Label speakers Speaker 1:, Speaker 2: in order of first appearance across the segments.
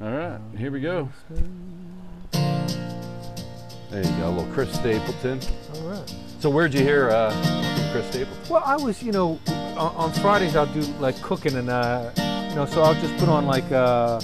Speaker 1: All right, here we go.
Speaker 2: There you go, a little Chris Stapleton.
Speaker 3: All right.
Speaker 2: So where'd you hear uh, Chris Stapleton?
Speaker 3: Well, I was, you know, on, on Fridays I'll do like cooking and, uh, you know, so I'll just put on like uh,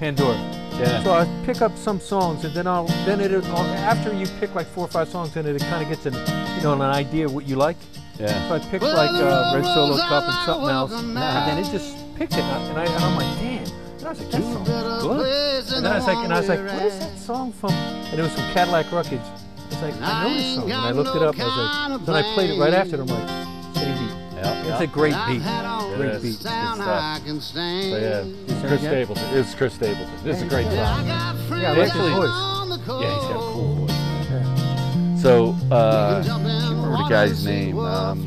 Speaker 3: Pandora.
Speaker 2: Yeah.
Speaker 3: So I pick up some songs and then I'll, then it, I'll, after you pick like four or five songs and it kind of gets an, you know, an idea of what you like.
Speaker 2: Yeah.
Speaker 3: So I picked like uh, Red Solo Cup and something else, and then it just picked it up, and, I, and I'm like, damn. And I was like, that song is good. And then I was like, and I was like, what is that song from? And it was from Cadillac Ruckage. I was like, I know this song. And I looked it up. And I was like, then I played it right after. And I'm like, same beat.
Speaker 2: yeah,
Speaker 3: It's
Speaker 2: yeah.
Speaker 3: a great beat.
Speaker 2: It
Speaker 3: Great
Speaker 2: is.
Speaker 3: beat.
Speaker 2: Good stuff. So yeah, it's
Speaker 3: that
Speaker 2: Chris
Speaker 3: again?
Speaker 2: Stapleton. It's Chris Stapleton. This is a great song.
Speaker 3: Yeah, I like his
Speaker 2: Actually-
Speaker 3: voice.
Speaker 2: Yeah, he's got a cool voice. So, uh, I can't remember the guy's name. Um,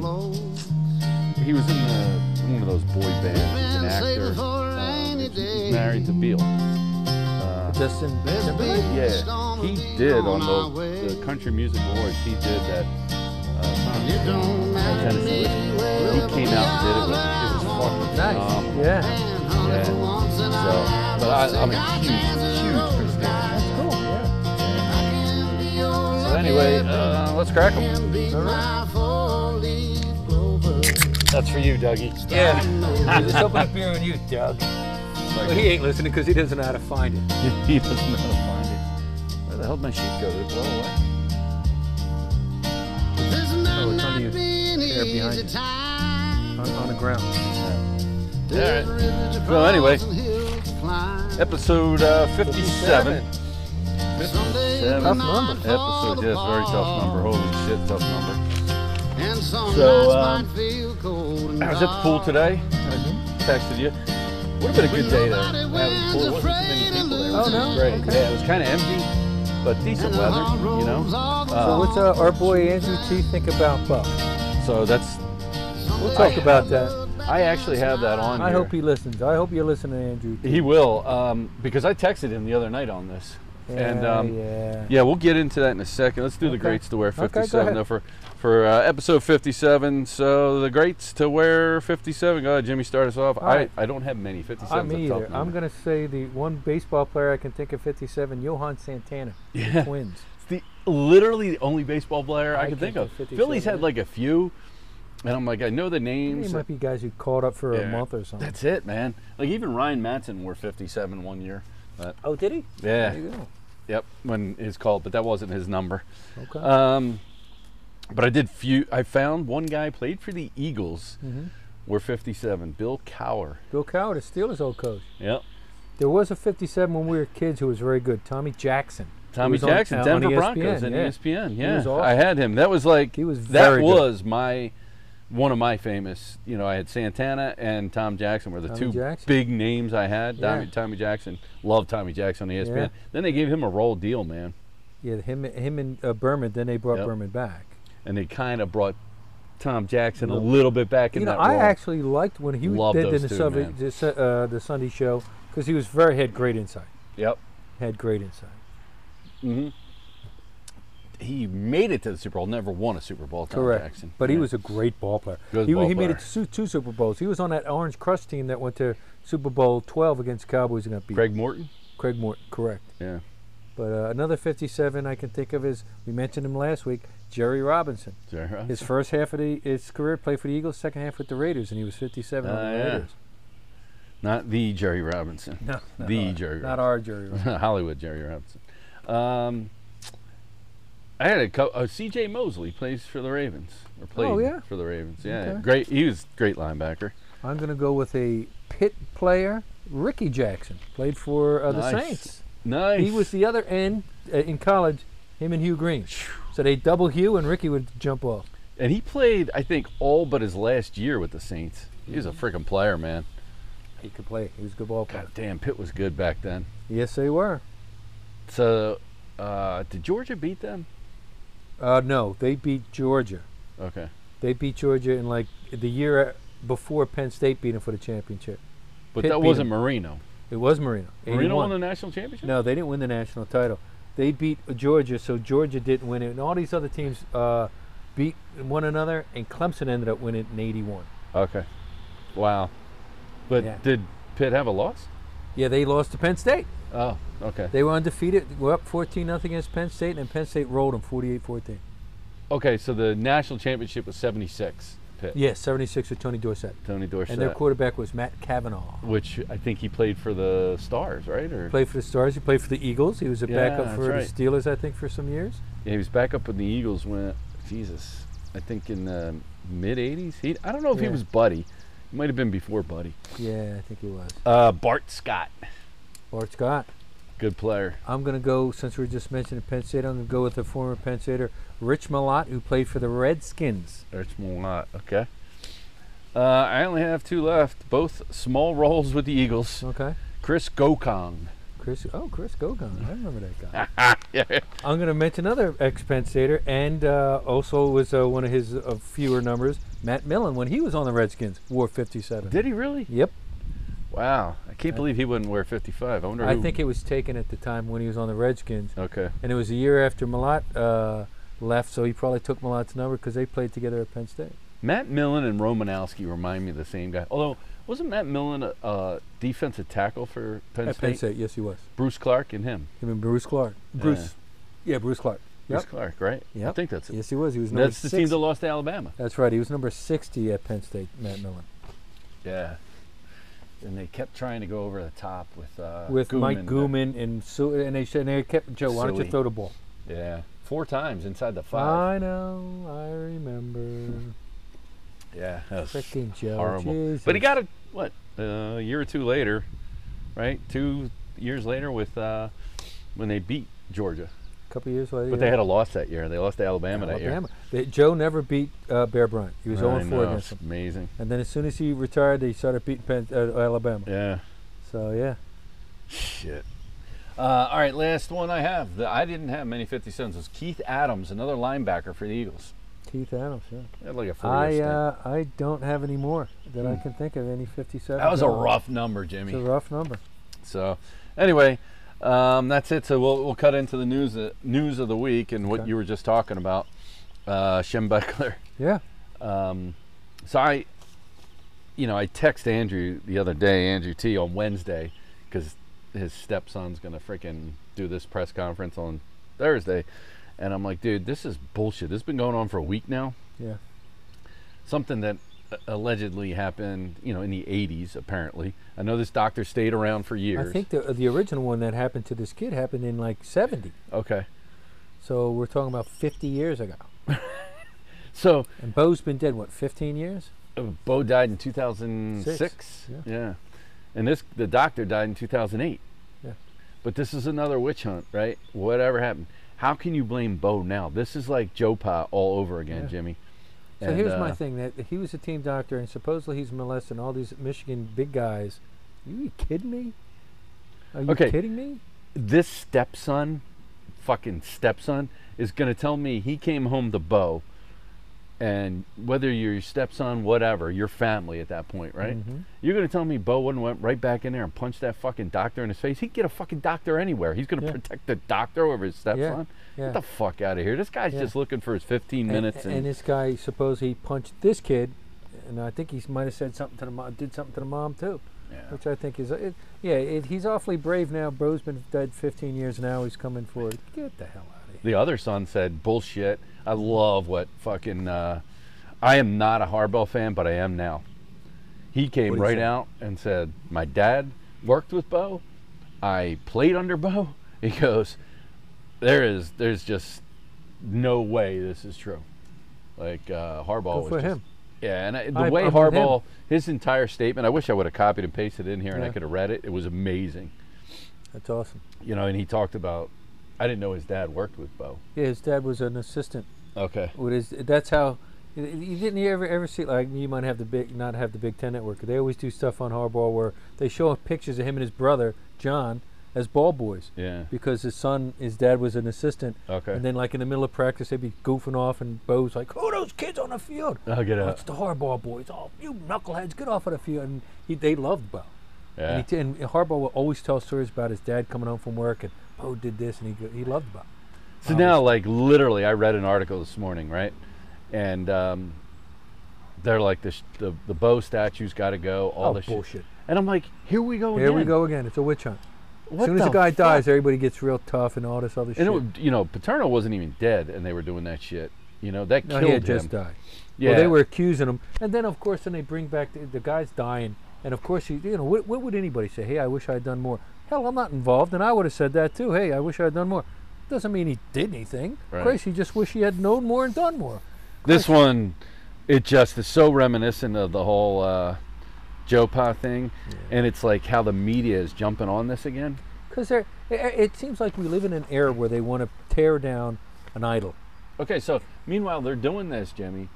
Speaker 2: he was in the, one of those boy bands. He's an actor. Um, he's- he's married to Beale. Uh,
Speaker 3: Justin Timberlake.
Speaker 2: yeah, he did on the, the Country Music Awards. He did that. Uh, song. Tennessee Whiskey. He came out and did it. It was, it was fucking
Speaker 3: Nice.
Speaker 2: phenomenal.
Speaker 3: Yeah.
Speaker 2: Yeah. So, but I, I'm a huge, huge Chris Stapleton.
Speaker 3: That's cool. Yeah.
Speaker 2: So anyway, uh, let's crack them. That's for you, Dougie.
Speaker 3: Yeah. just open a beer on you, Doug. But he ain't listening because he doesn't know how to find it.
Speaker 2: he doesn't know how to find it. Where the hell did my sheet go? Did it blow away?
Speaker 3: Oh, it's on the air behind you. On, on the ground.
Speaker 2: Alright. So anyway, episode uh, 57.
Speaker 3: Tough
Speaker 2: 57.
Speaker 3: number.
Speaker 2: Episode, yes, very tough number. Holy shit, tough number.
Speaker 4: And some
Speaker 2: So,
Speaker 4: nights
Speaker 2: um,
Speaker 4: might feel cold
Speaker 3: um,
Speaker 4: and
Speaker 2: I was at the pool
Speaker 4: dark.
Speaker 2: today.
Speaker 3: Uh-huh.
Speaker 2: I texted you. Would have been a good day to have the pool. It wasn't too many people there. which
Speaker 3: Oh, no?
Speaker 2: was Great.
Speaker 3: Okay.
Speaker 2: Yeah, it was kind of empty, but decent weather, you know?
Speaker 3: So
Speaker 2: Uh,
Speaker 3: what's uh, our boy Andrew T think about Buck?
Speaker 2: so that's,
Speaker 3: We'll talk about that.
Speaker 2: I actually have that on
Speaker 3: I
Speaker 2: here.
Speaker 3: hope he listens. I hope you're listening, Andrew.
Speaker 2: He will, um, because I texted him the other night on this. and
Speaker 3: Yeah,
Speaker 2: um, yeah.
Speaker 3: yeah.
Speaker 2: we'll get into that in a second. Let's do the
Speaker 3: Okay.
Speaker 2: greats to wear
Speaker 3: Okay, go
Speaker 2: 57
Speaker 3: ahead.
Speaker 2: though for for uh, episode 57. So the greats to wear 57. Go ahead, Jimmy, start us off.
Speaker 3: All
Speaker 2: I,
Speaker 3: right.
Speaker 2: I don't have many. 57.
Speaker 3: I'm either. I'm gonna say the one baseball player I can think of, 57, Johan Santana,
Speaker 2: Yeah.
Speaker 3: Twins.
Speaker 2: It's the literally the only baseball player I,
Speaker 3: I
Speaker 2: can think
Speaker 3: can
Speaker 2: of.
Speaker 3: do 57,
Speaker 2: Phillies had
Speaker 3: yeah.
Speaker 2: like a few, and I'm like, I know the
Speaker 3: They
Speaker 2: names.
Speaker 3: might be guys who called up for
Speaker 2: Yeah.
Speaker 3: a month or something.
Speaker 2: That's it, man. Like even Ryan Matson wore 57 one year.
Speaker 3: Oh, did he?
Speaker 2: Yeah.
Speaker 3: There you go.
Speaker 2: Yep. When his call, but that wasn't his number.
Speaker 3: Okay.
Speaker 2: Um, but I did few. I found one guy played for the Eagles.
Speaker 3: Mhm.
Speaker 2: Were 57. Bill Cower.
Speaker 3: Bill Cowher, the Steelers old coach.
Speaker 2: Yep.
Speaker 3: There was a 57 when we were kids who was very good, Tommy Jackson. He
Speaker 2: Tommy
Speaker 3: was on-
Speaker 2: Jackson,
Speaker 3: uh, on
Speaker 2: Denver
Speaker 3: ESPN,
Speaker 2: Broncos, and E
Speaker 3: yeah.
Speaker 2: ESPN.
Speaker 3: He
Speaker 2: Yeah,
Speaker 3: was awesome.
Speaker 2: I had him. That was like
Speaker 3: He was
Speaker 2: that
Speaker 3: very good.
Speaker 2: was my one of my famous. You know, I had Santana and Tom Jackson were the
Speaker 3: Tommy
Speaker 2: two
Speaker 3: Jackson.
Speaker 2: big names I had. Tommy,
Speaker 3: Yeah.
Speaker 2: Tommy Jackson, loved Tommy Jackson on E ESPN.
Speaker 3: Yeah.
Speaker 2: Then they gave him a roll deal, man,
Speaker 3: Yeah, him, him and uh, Berman. Then they brought
Speaker 2: Yep.
Speaker 3: Berman back.
Speaker 2: and they kind of brought Tom Jackson a
Speaker 3: Little-
Speaker 2: little bit back in
Speaker 3: You know,
Speaker 2: that
Speaker 3: I
Speaker 2: role.
Speaker 3: actually liked when he
Speaker 2: Love
Speaker 3: did
Speaker 2: those
Speaker 3: the,
Speaker 2: two,
Speaker 3: Sunday,
Speaker 2: man.
Speaker 3: the, Su- uh, the Sunday show because he was very had great insight.
Speaker 2: yep.
Speaker 3: Had great insight.
Speaker 2: hmm He made it to the Super Bowl. Never won a Super Bowl. Tom
Speaker 3: Correct.
Speaker 2: Jackson,
Speaker 3: But he
Speaker 2: Yeah.
Speaker 3: was a great ball player.
Speaker 2: Good
Speaker 3: he,
Speaker 2: ball
Speaker 3: he made
Speaker 2: player.
Speaker 3: it to su- two Super Bowls. He was on that Orange Crush team that went to Super Bowl 12 against Cowboys and got beat.
Speaker 2: Craig Morton.
Speaker 3: Craig Moore, correct.
Speaker 2: Yeah.
Speaker 3: But uh, another 57 I can think of is we mentioned him last week, Jerry Robinson.
Speaker 2: Sarah.
Speaker 3: His first half of the, his career played for the Eagles, second half with the Raiders, and he was 57
Speaker 2: Ah,
Speaker 3: on the
Speaker 2: yeah.
Speaker 3: Raiders.
Speaker 2: Not the Jerry Robinson.
Speaker 3: No, not
Speaker 2: the
Speaker 3: our-
Speaker 2: Jerry.
Speaker 3: Not our Jerry Robinson.
Speaker 2: Hollywood Jerry Robinson. Um, I had a couple. Uh, C.J. Mosley plays for the Ravens or played
Speaker 3: Oh, yeah?
Speaker 2: for the Ravens. Yeah,
Speaker 3: Okay.
Speaker 2: great. He was a great linebacker.
Speaker 3: I'm going to go with a pit player, Ricky Jackson. Played for uh, the
Speaker 2: Nice.
Speaker 3: Saints.
Speaker 2: Nice.
Speaker 3: He was the other end uh, in college, him and Hugh Green. So they double Hugh, and Ricky would jump off.
Speaker 2: and he played, I think, all but his last year with the Saints. He was a freaking player, man.
Speaker 3: He could play. He was a good ball player.
Speaker 2: God damn, Pitt was good back then.
Speaker 3: Yes, they were.
Speaker 2: So, uh, did Georgia beat them?
Speaker 3: Uh, no, they beat Georgia.
Speaker 2: Okay.
Speaker 3: They beat Georgia in like the year before Penn State beat them for the championship.
Speaker 2: But
Speaker 3: Pitt
Speaker 2: that
Speaker 3: beat
Speaker 2: wasn't Marino.
Speaker 3: It was Marino.
Speaker 2: Marino
Speaker 3: 81.
Speaker 2: won the national championship?
Speaker 3: No, they didn't win the national title. They beat Georgia, so Georgia didn't win it, and all these other teams uh, beat one another, and Clemson ended up winning it in '81.
Speaker 2: Okay. Wow. But
Speaker 3: Yeah.
Speaker 2: did Pitt have a loss?
Speaker 3: Yeah, they lost to Penn State.
Speaker 2: Oh, okay.
Speaker 3: They were undefeated. We're up 14 nothing against Penn State, and Penn State rolled them 48-14.
Speaker 2: Okay, so the national championship was 76, Pitt.
Speaker 3: Yes, 76 with Tony Dorsett.
Speaker 2: Tony Dorsett.
Speaker 3: And their quarterback was Matt Cavanaugh.
Speaker 2: which I think he played for the Stars, right? Or
Speaker 3: Played for the Stars. He played for the Eagles. He was a
Speaker 2: Yeah,
Speaker 3: backup
Speaker 2: that's
Speaker 3: for
Speaker 2: right.
Speaker 3: the Steelers, I think, for some years.
Speaker 2: Yeah, he was back up with the Eagles when Jesus, I think in the mid '80s. He, I don't know if he
Speaker 3: Yeah.
Speaker 2: was Buddy. It might have been before Buddy.
Speaker 3: Yeah, I think he was.
Speaker 2: Uh, Bart Scott,
Speaker 3: Bart Scott.
Speaker 2: good player.
Speaker 3: I'm going to go, since we were just mentioning Penn State, I'm going to go with a former Penn Stater, Rich Malott, who played for the Redskins.
Speaker 2: That's Malott. Okay. Uh, I only have two left. Both small roles with the Eagles.
Speaker 3: Okay.
Speaker 2: Chris Gokong.
Speaker 3: Chris, oh, Chris Gogon. I remember that guy.
Speaker 2: yeah.
Speaker 3: I'm going to mention another ex-Penn Stater, and uh, also was uh, one of his uh, fewer numbers, Matt Millen, when he was on the Redskins, wore 57.
Speaker 2: Did he really?
Speaker 3: yep.
Speaker 2: Wow. I can't believe he wouldn't wear 55. I wonder.
Speaker 3: I
Speaker 2: who-
Speaker 3: think it was taken at the time when he was on the Redskins,
Speaker 2: Okay.
Speaker 3: and it was a year after Malott uh, left, so he probably took Malott's number because they played together at Penn State.
Speaker 2: Matt Millen and Romanowski remind me of the same guy. Although, wasn't Matt Millen a, a defensive tackle for Penn
Speaker 3: at
Speaker 2: State?
Speaker 3: Penn State, yes, he was.
Speaker 2: Bruce Clark and him.
Speaker 3: Him and Bruce Clark. Bruce. Yeah, Bruce Clark.
Speaker 2: Bruce
Speaker 3: Yep.
Speaker 2: Clark, right? I
Speaker 3: Yep.
Speaker 2: think that's it.
Speaker 3: Yes, he was. He was number
Speaker 2: That's the
Speaker 3: six.
Speaker 2: team that lost to Alabama.
Speaker 3: That's right. He was number 60 at Penn State, Matt Millen.
Speaker 2: Yeah. And they kept trying to go over the top with uh,
Speaker 3: With Mike
Speaker 2: Gooman.
Speaker 3: Gooman and Sue, and they, said- and they kept, Joe, why don't you
Speaker 2: Silly.
Speaker 3: throw the ball?
Speaker 2: Yeah, four times inside the five.
Speaker 3: I know. I remember.
Speaker 2: yeah, that was
Speaker 3: Freaking Joe.
Speaker 2: horrible.
Speaker 3: Jesus.
Speaker 2: But he got a what uh, a year or two later, right? Two years later with uh, when they beat Georgia,
Speaker 3: a couple years later.
Speaker 2: but they had a loss that year. They lost to Alabama, that year.
Speaker 3: Alabama. They, Joe never beat uh, Bear Bryant. He was
Speaker 2: I
Speaker 3: 0 4
Speaker 2: know,
Speaker 3: against
Speaker 2: it's
Speaker 3: him.
Speaker 2: amazing.
Speaker 3: And then as soon as he retired, they started beating Penn, uh, Alabama.
Speaker 2: Yeah.
Speaker 3: So yeah,
Speaker 2: Shit. Uh, all right, last one I have. The, I didn't have many 50 cents. It was Keith Adams, another linebacker for the Eagles.
Speaker 3: Keith Adams. Yeah.
Speaker 2: He had like a four-year
Speaker 3: I
Speaker 2: stint.
Speaker 3: uh, I don't have any more that I can think of. Any 57.
Speaker 2: That was a
Speaker 3: No.
Speaker 2: rough number,
Speaker 3: It's a
Speaker 2: Jimmy.
Speaker 3: rough number.
Speaker 2: So, anyway, um, that's it. So we'll, we'll cut into the news uh, news of the week and what
Speaker 3: Okay.
Speaker 2: you were just talking about, uh, Shem Beckler.
Speaker 3: Yeah.
Speaker 2: Um, so I, you know, I text Andrew the other day, Andrew T, on Wednesday, because his stepson's gonna freaking do this press conference on Thursday, and I'm like, dude, this is bullshit. This has been going on for a week now.
Speaker 3: Yeah.
Speaker 2: Something that uh, allegedly happened, you know, in the 80s. Apparently, I know this doctor stayed around for years.
Speaker 3: I think the the original one that happened to this kid happened in like 70.
Speaker 2: Okay.
Speaker 3: So we're talking about 50 years ago.
Speaker 2: So
Speaker 3: And Bo's been dead what 15 years?
Speaker 2: uh, Bo died in 2006.
Speaker 3: yeah.
Speaker 2: yeah. And this the doctor died in 2008.
Speaker 3: Yeah.
Speaker 2: But this is another witch hunt, right? Whatever happened. How can you blame Bo now? This is like Joe Pa all over again,
Speaker 3: Yeah.
Speaker 2: Jimmy.
Speaker 3: So
Speaker 2: And,
Speaker 3: here's my
Speaker 2: uh,
Speaker 3: thing: that he was a team doctor, and supposedly he's molesting all these Michigan big guys. you kidding me? Are you
Speaker 2: Okay.
Speaker 3: kidding me?
Speaker 2: This stepson, fucking stepson, is going to tell me he came home to Bo. And whether you're your stepson, whatever, your family at that point, right?
Speaker 3: Mhm.
Speaker 2: You're going to tell me Bo wouldn't went right back in there and punched that fucking doctor in his face. He'd get a fucking doctor anywhere. He's going to
Speaker 3: Yeah.
Speaker 2: protect the doctor over his stepson.
Speaker 3: yeah.
Speaker 2: Get the fuck out of here. This guy's
Speaker 3: Yeah.
Speaker 2: just looking for his 15
Speaker 3: And-
Speaker 2: minutes.
Speaker 3: And, this guy supposedly punched this kid, and I think he might have said something to the mom, did something to the mom too,
Speaker 2: Yeah.
Speaker 3: which I think is, uh, it, yeah, it, he's awfully brave now. Bro's been dead 15 years now. He's coming forward. Get the hell out of here.
Speaker 2: The other son said, "Bullshit." I love what fucking. Uh, I am not a Harbaugh fan, but I am now. He came
Speaker 3: What'd he
Speaker 2: right
Speaker 3: say?
Speaker 2: out and said, "My dad worked with Bo. I played under Bo." He goes, "There is, there's just no way this is true." Like uh, Harbaugh
Speaker 3: Good
Speaker 2: was
Speaker 3: for
Speaker 2: just-
Speaker 3: him.
Speaker 2: yeah, and I, the
Speaker 3: I-
Speaker 2: way
Speaker 3: I'm with him.
Speaker 2: Harbaugh, his entire statement. I wish I would have copied and pasted it in here, and I
Speaker 3: Yeah.
Speaker 2: could have read it. It was amazing,
Speaker 3: That's awesome.
Speaker 2: you know. And he talked about, I didn't know his dad worked with Bo.
Speaker 3: Yeah, his dad was an assistant
Speaker 2: Okay.
Speaker 3: What is that's how you you didn't ever ever see like you might have the big not have the Big Ten network. They always do stuff on Harbaugh where they show pictures of him and his brother John as ball boys
Speaker 2: Yeah.
Speaker 3: because his son his dad was an assistant.
Speaker 2: Okay.
Speaker 3: And then like in the middle of practice they'd be goofing off and Bo's like, "Who are those kids on the field?"
Speaker 2: I'll get
Speaker 3: "Oh,
Speaker 2: out.
Speaker 3: It's the Harbaugh boys. Oh, you knuckleheads, get off of the field. And he, they loved Bo.
Speaker 2: Yeah.
Speaker 3: And, he, t- and Harbaugh will always tell stories about his dad coming home from work and Bo did this and he go- he loved Bo.
Speaker 2: so now, like, literally, I read an article this morning, right? And um, they're like, the, sh- the, the bow statue's got to go, all
Speaker 3: oh,
Speaker 2: the
Speaker 3: bullshit.
Speaker 2: And I'm like, here we go
Speaker 3: Here we
Speaker 2: again.
Speaker 3: go again. It's a witch hunt. As
Speaker 2: Oh, What
Speaker 3: soon as
Speaker 2: the
Speaker 3: a guy dies, everybody gets real tough and all this other shit.
Speaker 2: And it, would- you know, Paterno wasn't even dead, and they were doing that shit. You know, that
Speaker 3: no,
Speaker 2: killed
Speaker 3: he had
Speaker 2: him.
Speaker 3: just died.
Speaker 2: yeah,
Speaker 3: Well, they were accusing him, and then of course, then they bring back the, the guy's dying, and of course, you, you know, what, what would anybody say? Hey, I wish I had done more. Hell, I'm not involved, and I would have said that too. Hey, I wish I had done more. Doesn't mean he did anything.
Speaker 2: Right.
Speaker 3: Christ, he just wish he had known more and done more.
Speaker 2: This one, it just is so reminiscent of the whole uh, Jopa thing, and it's like how the media is jumping on this again.
Speaker 3: Because it, it seems like we live in an era where they want to tear down an idol.
Speaker 2: Okay, so meanwhile they're doing this, Jimmy,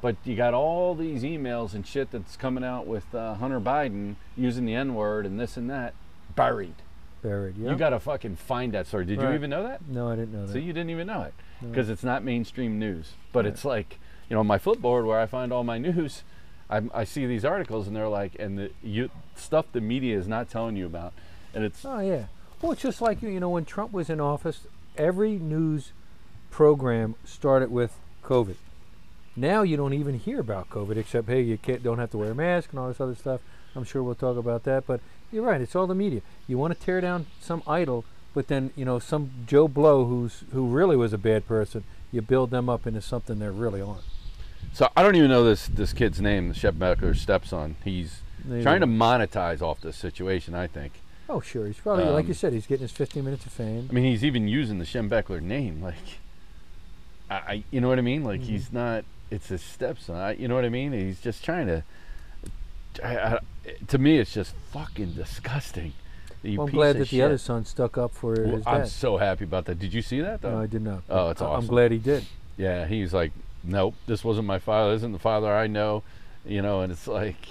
Speaker 2: but you got all these emails and shit that's coming out with uh, Hunter Biden using the N word and this and that. Buried.
Speaker 3: Buried. Yeah.
Speaker 2: You got to fucking find that story. Did you
Speaker 3: Right.
Speaker 2: even know that?
Speaker 3: No, I didn't know that.
Speaker 2: So you didn't even know it because it's not mainstream news. But it's like, you know, my flipboard where I find all my news, I, I see these articles and they're like, and the you, stuff the media is not telling you about. And it's,
Speaker 3: Oh yeah. Well, it's just like you you know when Trump was in office, every news program started with COVID. Now you don't even hear about COVID except hey, you can't, don't have to wear a mask and all this other stuff. I'm sure we'll talk about that, but you're right. It's all the media. You want to tear down some idol, but then you know some Joe Blow who's who really was a bad person. You build them up into something they're really on.
Speaker 2: so I don't even know this, this kid's name, Shep Beckler's stepson. He's
Speaker 3: Neither
Speaker 2: trying to
Speaker 3: do
Speaker 2: monetize off this situation, I think.
Speaker 3: Oh sure, he's probably like you
Speaker 2: Um,
Speaker 3: said, he's getting his 15 minutes of fame.
Speaker 2: I mean, he's even using the Shem Beckler name. Like, I, I you know what I mean? Like,
Speaker 3: Mm-hmm.
Speaker 2: he's not. It's his stepson. I, you know what I mean? He's just trying to. I, I, to me, it's just fucking disgusting. You
Speaker 3: Well, I'm
Speaker 2: piece
Speaker 3: glad
Speaker 2: of
Speaker 3: that the
Speaker 2: shit.
Speaker 3: other son stuck up for
Speaker 2: Well,
Speaker 3: his dad.
Speaker 2: I'm so happy about that. Did you see that though?
Speaker 3: No, I did not.
Speaker 2: Oh, it's
Speaker 3: I- I'm
Speaker 2: awesome.
Speaker 3: glad he did.
Speaker 2: yeah, he's like, nope, this wasn't my father. This isn't the father I know. You know, and it's like,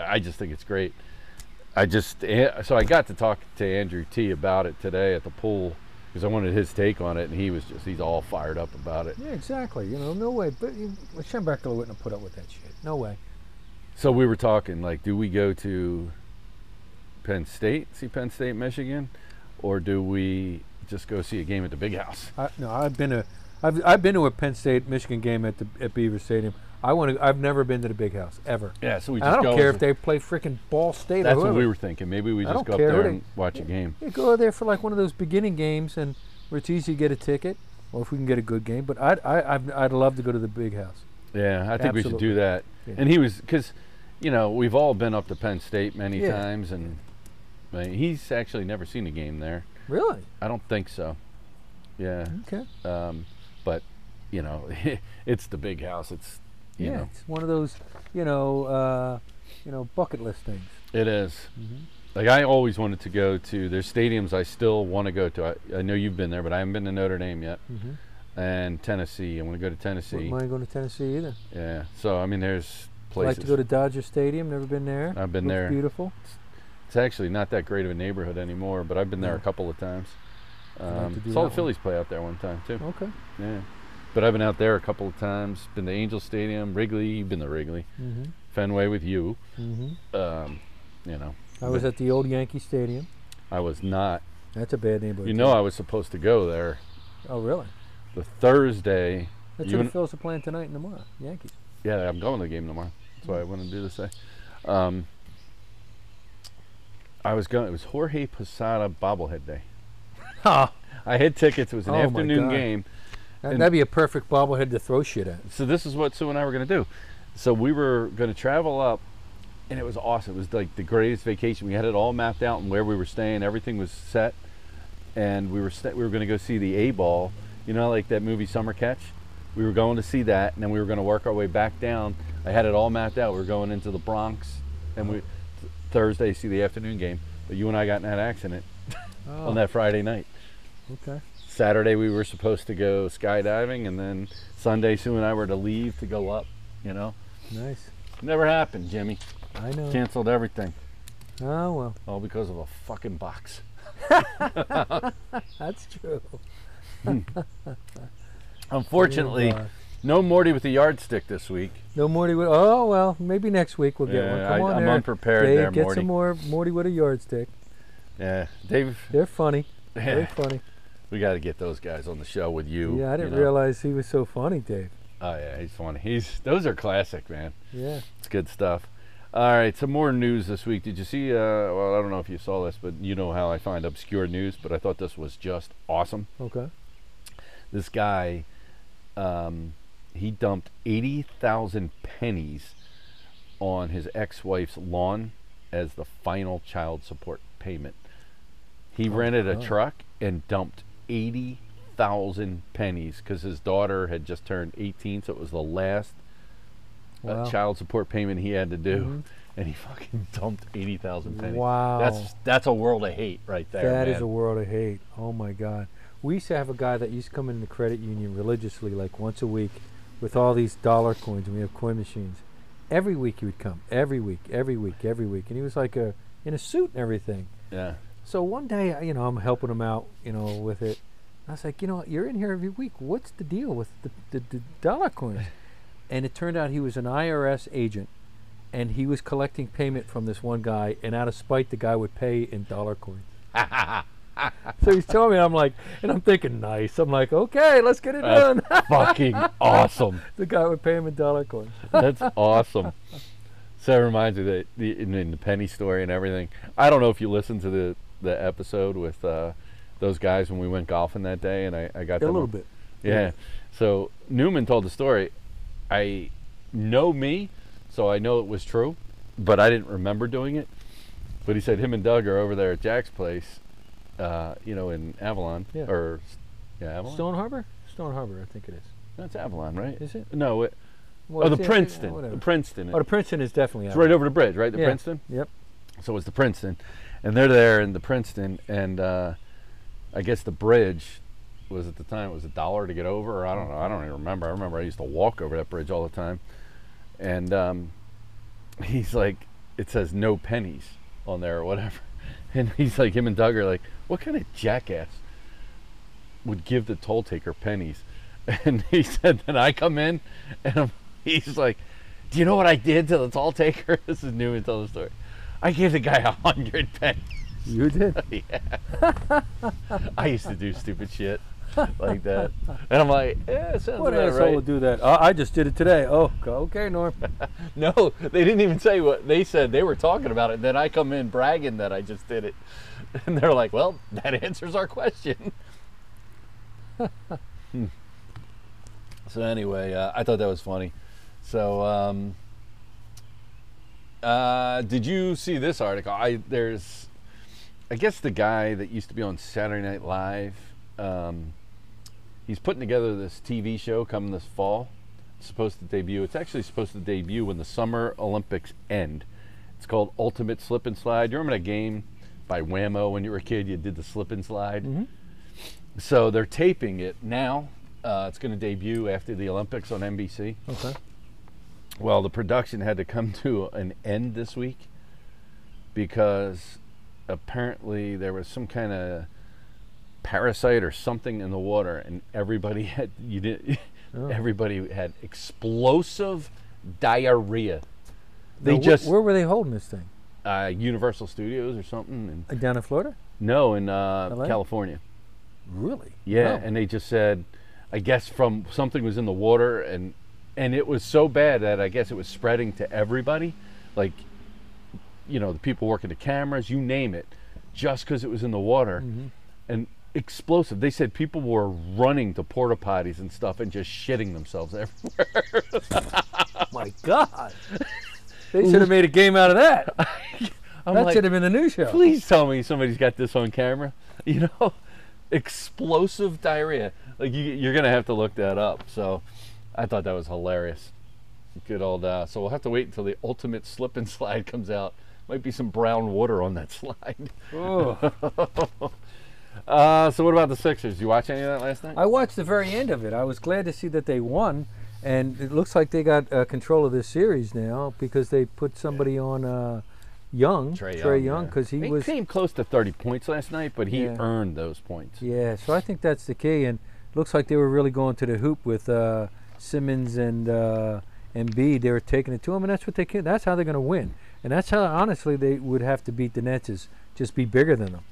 Speaker 2: I just think it's great. I just eh, so I got to talk to Andrew T about it today at the pool because I wanted his take on it, and he was just he's all fired up about it.
Speaker 3: Yeah, exactly. You know, no way. But you- Shem Beckler wouldn't have put up with that shit. No way.
Speaker 2: So we were talking like, do we go to Penn State, see Penn State, Michigan, or do we just go see a game at the Big House?
Speaker 3: I, no, I've been a, I've, I've been to a Penn State Michigan game at the at Beaver Stadium. I want to. I've never been to the big house ever.
Speaker 2: Yeah, so we
Speaker 3: And
Speaker 2: just
Speaker 3: I
Speaker 2: go.
Speaker 3: don't care if they play freaking Ball State.
Speaker 2: that's
Speaker 3: or
Speaker 2: what
Speaker 3: whoever.
Speaker 2: we were thinking. Maybe we
Speaker 3: I
Speaker 2: just
Speaker 3: don't
Speaker 2: go up
Speaker 3: care who
Speaker 2: there
Speaker 3: they-
Speaker 2: and watch a game.
Speaker 3: You go there for like one of those beginning games, and where it's easy to get a ticket, or if we can get a good game. But I'd I, I've, I'd love to go to the big house.
Speaker 2: Yeah, I think we should do
Speaker 3: Absolutely.
Speaker 2: that.
Speaker 3: Yeah.
Speaker 2: And he was because, you know, we've all been up to Penn State many
Speaker 3: Yeah.
Speaker 2: times, and I mean, he's actually never seen a game there.
Speaker 3: Really?
Speaker 2: I don't think so. Yeah,
Speaker 3: Okay.
Speaker 2: um, but you know, it's the big house. It's you
Speaker 3: yeah,
Speaker 2: know,
Speaker 3: it's one of those, you know, uh, you know, bucket list things.
Speaker 2: It is.
Speaker 3: Mm-hmm.
Speaker 2: Like I always wanted to go to. There's stadiums I still want to go to. I, I know you've been there, but I haven't been to Notre Dame yet.
Speaker 3: Mm-hmm.
Speaker 2: And Tennessee, I want to go to Tennessee.
Speaker 3: Wouldn't mind going to Tennessee either.
Speaker 2: yeah. So I mean, there's
Speaker 3: I'd
Speaker 2: places.
Speaker 3: Like to go to Dodger Stadium. Never been there.
Speaker 2: I've been
Speaker 3: Looks
Speaker 2: there.
Speaker 3: Beautiful.
Speaker 2: it's actually not that great of a neighborhood anymore, but I've been there a
Speaker 3: Yeah.
Speaker 2: couple of times.
Speaker 3: have
Speaker 2: Um,
Speaker 3: to do
Speaker 2: saw
Speaker 3: that
Speaker 2: the
Speaker 3: one.
Speaker 2: Phillies play out there one time too.
Speaker 3: Okay.
Speaker 2: Yeah. But I've been out there a couple of times. Been to Angel Stadium, Wrigley. You've been to Wrigley,
Speaker 3: hmm
Speaker 2: Fenway with you.
Speaker 3: hmm
Speaker 2: Um, you know,
Speaker 3: I was at the old Yankee Stadium.
Speaker 2: I was not.
Speaker 3: That's a bad neighborhood.
Speaker 2: You
Speaker 3: too.
Speaker 2: know, I was supposed to go there
Speaker 3: Oh, really?
Speaker 2: the Thursday
Speaker 3: That's
Speaker 2: You
Speaker 3: what
Speaker 2: and-
Speaker 3: the Phillies are playing tonight and tomorrow. Yankees.
Speaker 2: Yeah, I'm going to the game tomorrow. That's why I wanted to do this day. Um, I was going. It was Jorge Posada bobblehead day.
Speaker 3: Ha!
Speaker 2: I had tickets. It was an
Speaker 3: Oh my
Speaker 2: afternoon
Speaker 3: God.
Speaker 2: game.
Speaker 3: That,
Speaker 2: And-
Speaker 3: that'd be a perfect bobblehead to throw shit at.
Speaker 2: So this is what Sue and I were going to do. So we were going to travel up, and it was awesome. It was like the greatest vacation. We had it all mapped out and where we were staying. Everything was set, and we were sta we were going to go see the A Ball. You know, like that movie Summer Catch. We were going to see that, and then we were going to work our way back down. I had it all mapped out. We were going into the Bronx, and we th- Thursday see the afternoon game. But you and I got in that accident on that Friday night.
Speaker 3: Oh, Okay.
Speaker 2: Saturday we were supposed to go skydiving, and then Sunday Sue and I were to leave to go up. You know,
Speaker 3: Nice.
Speaker 2: never happened, Jimmy.
Speaker 3: I know.
Speaker 2: Canceled everything,
Speaker 3: Oh well,
Speaker 2: all because of a fucking box.
Speaker 3: that's true.
Speaker 2: Unfortunately,
Speaker 3: Dear God.
Speaker 2: no Morty with the yardstick this week.
Speaker 3: No Morty with. Oh well, maybe next week we'll get one.
Speaker 2: Yeah,
Speaker 3: Come
Speaker 2: I-
Speaker 3: on
Speaker 2: I'm
Speaker 3: there.
Speaker 2: unprepared
Speaker 3: Dave,
Speaker 2: there,
Speaker 3: get
Speaker 2: Morty.
Speaker 3: some more Morty with a yardstick.
Speaker 2: Yeah, Uh, Dave,
Speaker 3: They're funny. Very funny.
Speaker 2: we got to get those guys on the show with you.
Speaker 3: Yeah, I didn't
Speaker 2: you know.
Speaker 3: realize he was so funny, Dave.
Speaker 2: Oh yeah, he's funny. He's those are classic, man.
Speaker 3: Yeah.
Speaker 2: It's good stuff. All right, some more news this week. Did you see? Uh, well, I don't know if you saw this, but you know how I find obscure news. But I thought this was just awesome.
Speaker 3: Okay.
Speaker 2: This guy, um, he dumped eighty thousand pennies on his ex-wife's lawn as the final child support payment. He rented a
Speaker 3: Oh, wow.
Speaker 2: truck and dumped eighty thousand pennies because his daughter had just turned eighteen, so it was the last
Speaker 3: Wow.
Speaker 2: uh, child support payment he had to do,
Speaker 3: Mhm.
Speaker 2: and he fucking dumped eighty thousand pennies.
Speaker 3: Wow.
Speaker 2: that's that's a world of hate right there.
Speaker 3: That is
Speaker 2: man.
Speaker 3: a world of hate. Oh my God. We used to have a guy that used to come in the credit union religiously, like once a week, with all these dollar coins, and we have coin machines. Every week he would come. Every week, every week, every week, and he was like a in a suit and everything.
Speaker 2: yeah.
Speaker 3: So one day, I- you know, I'm helping him out, you know, with it. I was like, you know, you're in here every week. What's the deal with the, the, the dollar coins? And it turned out he was an IRS agent, and he was collecting payment from this one guy, and out of spite, the guy would pay in dollar coins. so he's telling me, I'm like, and I'm thinking, nice. I'm like, okay, let's get it done.
Speaker 2: That's fucking awesome.
Speaker 3: the guy would pay him in dollar coins.
Speaker 2: That's awesome. So it reminds me that the, in, in the penny story and everything. I don't know if you listened to the, the episode with uh, those guys when we went golfing that day, and I, I got
Speaker 3: A
Speaker 2: them
Speaker 3: little
Speaker 2: on-
Speaker 3: bit.
Speaker 2: Yeah. So Newman told the story. I know me, so I know it was true, but I didn't remember doing it. But he said him and Doug are over there at Jack's place, uh, you know, in Avalon
Speaker 3: Yeah.
Speaker 2: or yeah, Avalon.
Speaker 3: Stone Harbor? Stone Harbor, I think it is.
Speaker 2: That's Avalon, right?
Speaker 3: Is it?
Speaker 2: No, it,
Speaker 3: Well,
Speaker 2: oh, the
Speaker 3: it's- yeah,
Speaker 2: Princeton.
Speaker 3: whatever.
Speaker 2: the Princeton.
Speaker 3: Oh, the Princeton is definitely
Speaker 2: It's
Speaker 3: out.
Speaker 2: right over the bridge, right? The
Speaker 3: Yeah.
Speaker 2: Princeton.
Speaker 3: Yep.
Speaker 2: So it's the Princeton, and they're there in the Princeton, and uh, I guess the bridge was at the time it was a dollar to get over. Or I don't know. I don't even remember. I remember I used to walk over that bridge all the time, and um, he's like, it says no pennies on there or whatever, and he's like, him and Doug are like, what kind of jackass would give the toll taker pennies? And he said, then I come in, and I'm, he's like, do you know what I did to the toll taker? this is Newman telling the story. I gave the guy a hundred pennies.
Speaker 3: You did.
Speaker 2: I used to do stupid shit like that, and I'm like, yeah, it sounds
Speaker 3: What
Speaker 2: about
Speaker 3: asshole
Speaker 2: right.
Speaker 3: would do that? Uh, I just did it today. Oh, go- okay, Norm.
Speaker 2: No, they didn't even say what they said. They were talking about it. Then I come in bragging that I just did it, and they're like, well, that answers our question. Hmm. so anyway, uh, I thought that was funny. So. Um, uh, did you see this article? I there's, I guess the guy that used to be on Saturday Night Live, um, he's putting together this TV show coming this fall. It's supposed to debut. It's actually supposed to debut when the Summer Olympics end. It's called Ultimate Slip and Slide. You remember that game by Whammo when you were a kid? You did the slip and slide. So they're taping it now. Uh, it's going to debut after the Olympics on NBC.
Speaker 3: Okay.
Speaker 2: Well, the production had to come to an end this week because apparently there was some kind of parasite or something in the water, and everybody had you did
Speaker 3: Oh.
Speaker 2: not everybody had explosive diarrhea. They
Speaker 3: Now, wh-
Speaker 2: just
Speaker 3: Where were they holding this thing?
Speaker 2: uh, Universal Studios or something, and
Speaker 3: Uh, Down in Florida?
Speaker 2: no, in uh,
Speaker 3: LA?
Speaker 2: California.
Speaker 3: Really?
Speaker 2: Yeah,
Speaker 3: Wow.
Speaker 2: and they just said, I guess from something was in the water, and and it was so bad that I guess it was spreading to everybody, like, you know, the people working the cameras, you name it, just because it was in the water, and explosive. They said people were running to porta potties and stuff and just shitting themselves everywhere.
Speaker 3: My God. they should have made a game out of that.
Speaker 2: I'm
Speaker 3: that
Speaker 2: like,
Speaker 3: should have been the new show.
Speaker 2: please tell me somebody's got this on camera. You know, explosive diarrhea. Like you, you're gonna have to look that up. So, I thought that was hilarious. Good old. Uh, so we'll have to wait until the ultimate slip and slide comes out. Might be some brown water on that slide.
Speaker 3: Oh.
Speaker 2: Uh, so what about the Sixers? Did you watch any of that last night?
Speaker 3: I watched the very end of it. I was glad to see that they won, and it looks like they got uh, control of this series now because they put somebody on uh, Young, Young,
Speaker 2: yeah.
Speaker 3: because he was.
Speaker 2: came close to 30 points last night, but he
Speaker 3: Yeah.
Speaker 2: earned those points.
Speaker 3: Yeah, so I think that's the key, and looks like they were really going to the hoop with uh, Simmons and uh, Embiid. They were taking it to him, and that's what they can. That's how they're going to win, and that's how honestly they would have to beat the Nets is just be bigger than them.